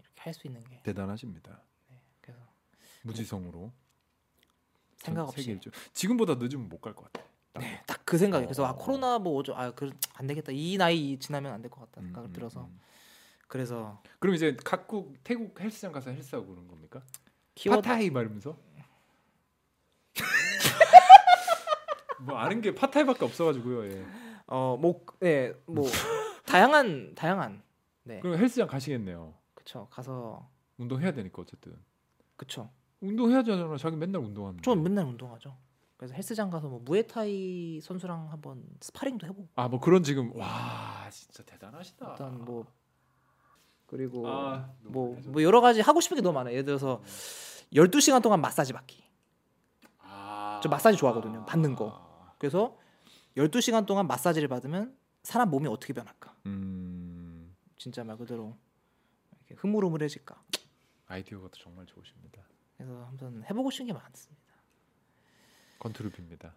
S2: 이렇게 할 수 있는 게
S1: 대단하십니다.
S2: 그래서
S1: 무지성으로
S2: 네. 생각
S1: 전 세계
S2: 없이
S1: 일주. 지금보다 늦으면 못 갈 것 같아. 딱.
S2: 딱 그 생각이 그래서 아
S1: 어.
S2: 코로나 뭐 어쩌 아그안 되겠다 이 나이 지나면 안 될 것 같다
S1: 음,
S2: 생각을
S1: 음,
S2: 들어서
S1: 음.
S2: 그래서
S1: 그럼 이제 각국 태국 헬스장 가서 헬스하고 그런 겁니까?
S2: 키워드
S1: 파타이 말면서? 뭐 아는 게 파타이밖에 없어가지고요. 예.
S2: 어뭐예뭐 다양한 다양한 네
S1: 그럼 헬스장 가시겠네요.
S2: 그쵸 가서
S1: 운동해야 되니까 어쨌든.
S2: 그쵸
S1: 운동해야죠. 저는 자기 맨날 운동하는.
S2: 좀 맨날 운동하죠. 그래서 헬스장 가서 뭐 무에타이 선수랑 한번 스파링도 해보고
S1: 아뭐 그런 지금 와 진짜 대단하시다.
S2: 일단 뭐 그리고
S1: 아, 너무
S2: 뭐,
S1: 해줘.
S2: 뭐 여러 가지 하고 싶은 게 너무 많아요. 예를 들어서 12시간 동안 마사지 받기.
S1: 아.
S2: 저 마사지 좋아하거든요. 받는 거. 그래서 12시간 동안 마사지를 받으면 사람 몸이 어떻게 변할까?
S1: 음
S2: 진짜 말 그대로 이렇게 흐물흐물해질까?
S1: 아이디어가 또 정말 좋으십니다.
S2: 그래서 한번 해보고 싶은 게 많습니다.
S1: 건트루피입니다.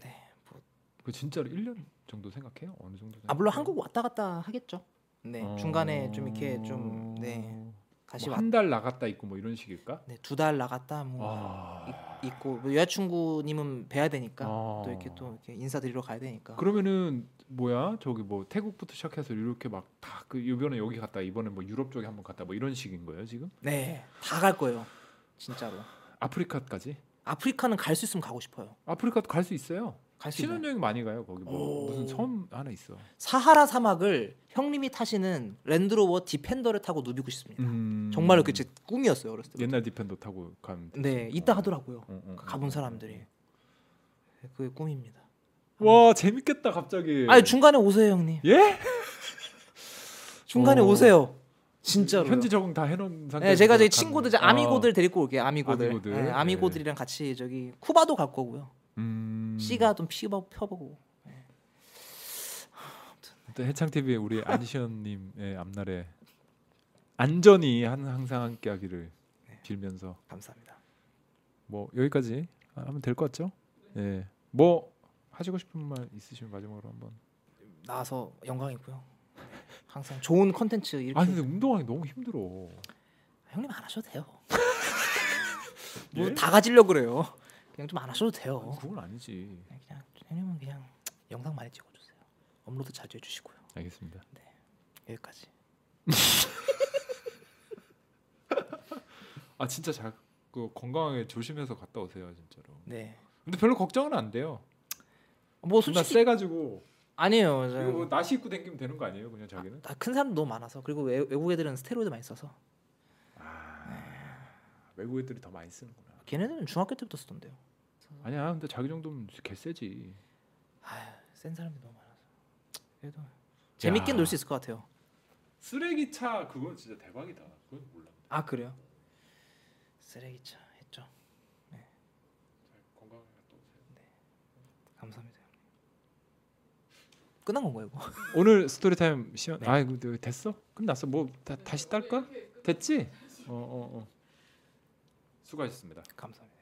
S2: 네, 뭐-
S1: 그 진짜로 1년 정도 생각해요? 어느 정도?
S2: 아 물론
S1: 생각해요?
S2: 한국 왔다 갔다 하겠죠. 네
S1: 어.
S2: 중간에 좀 이렇게 좀네 다시
S1: 뭐
S2: 왔
S1: 한달 나갔다 있고 뭐 이런 식일까?
S2: 네, 두 달 나갔다 뭐
S1: 와.
S2: 있- 있고 뭐 여자친구님은 뵈야 되니까
S1: 아.
S2: 또 이렇게 또 이렇게 인사드리러 가야 되니까
S1: 그러면은 뭐야 저기 뭐 태국부터 시작해서 이렇게 막 다그 이번에 여기 갔다 이번에 뭐 유럽 쪽에 한번 갔다 뭐 이런 식인 거예요 지금
S2: 네 다 갈 거예요 진짜로
S1: 아프리카까지
S2: 아프리카는 갈 수 있으면 가고 싶어요
S1: 아프리카도 갈 수 있어요
S2: 갈 수 있는
S1: 신혼여행 많이 가요 거기 뭐
S2: 오.
S1: 무슨 섬 하나 있어
S2: 사하라 사막을 형님이 타시는 랜드로버 디펜더를 타고 누비고 싶습니다
S1: 음...
S2: 정말로 그제 꿈이었어요 어렸을 때
S1: 옛날 디펜더 타고 가면 되지.
S2: 네 있다
S1: 어.
S2: 하더라고요
S1: 어, 어, 어.
S2: 가본 사람들이
S1: 음.
S2: 그게 꿈입니다
S1: 와 재밌겠다 갑자기
S2: 아니 중간에 오세요 형님
S1: 예?
S2: 중간에
S1: 어.
S2: 오세요 진짜로
S1: 현지 적응 다 해놓은 상태
S2: 네, 제가 제 친구들 이제 아미고들 데리고 올게요. 아미고들.
S1: 아미고들.
S2: 네, 아미고들이랑 같이 저기 쿠바도 갈 거고요.
S1: 음...
S2: 씨가 좀 피워 펴보고.
S1: 또 해창 TV의 우리 안시현님의 앞날에 안전히 한- 항상 함께하기를 빌면서
S2: 감사합니다.
S1: 뭐 여기까지 하면 될 것 같죠? 예. 뭐 하시고 싶은 말 있으시면 마지막으로 한번.
S2: 나와서 영광이고요. 항상 좋은 컨텐츠 이렇게
S1: 아 근데 운동하기 너무 힘들어.
S2: 형님 안 하셔도 돼요.
S1: 예?
S2: 뭐 다 가지려 고 그래요. 그냥 좀 안 하셔도 돼요.
S1: 그건 아니지.
S2: 그냥 형님은 그냥 영상 많이 찍어주세요. 업로드 자주 해주시고요.
S1: 알겠습니다.
S2: 여기까지.
S1: 아 진짜 잘 그 건강하게 조심해서 갔다 오세요 진짜로.
S2: 네.
S1: 근데 별로 걱정은 안 돼요.
S2: 뭐
S1: 존나
S2: 솔직히
S1: 세가지고
S2: 아니에요.
S1: 이거 뭐
S2: 저는
S1: 나시 입고 다니면 되는 거 아니에요 그냥 자기는?
S2: 아, 큰 사람 너무 많아서 그리고 외, 외국 애들은 스테로이드 많이 써서
S1: 아, 외국 애들이 더 많이 쓰는구나.
S2: 걔네들은 중학교 때부터 쓰던데요.
S1: 아니야 근데 자기 정도면 개세지.
S2: 아휴, 센 사람들이 너무 많아서 그래도 재밌게 놀 수 있을 것 같아요.
S1: 쓰레기차 그건 진짜 대박이다. 그건 몰랐네.
S2: 아 그래요? 쓰레기차 했죠.
S1: 건강하게 갔다 오세요.
S2: 감사합니다. 끝난 건가요 이거?
S1: 오늘 스토리 타임 시간 아이고 너 됐어? 끝났어. 뭐 어. 다, 다시 딸까? 됐지? 어어 어, 어. 수고하셨습니다.
S2: 감사합니다.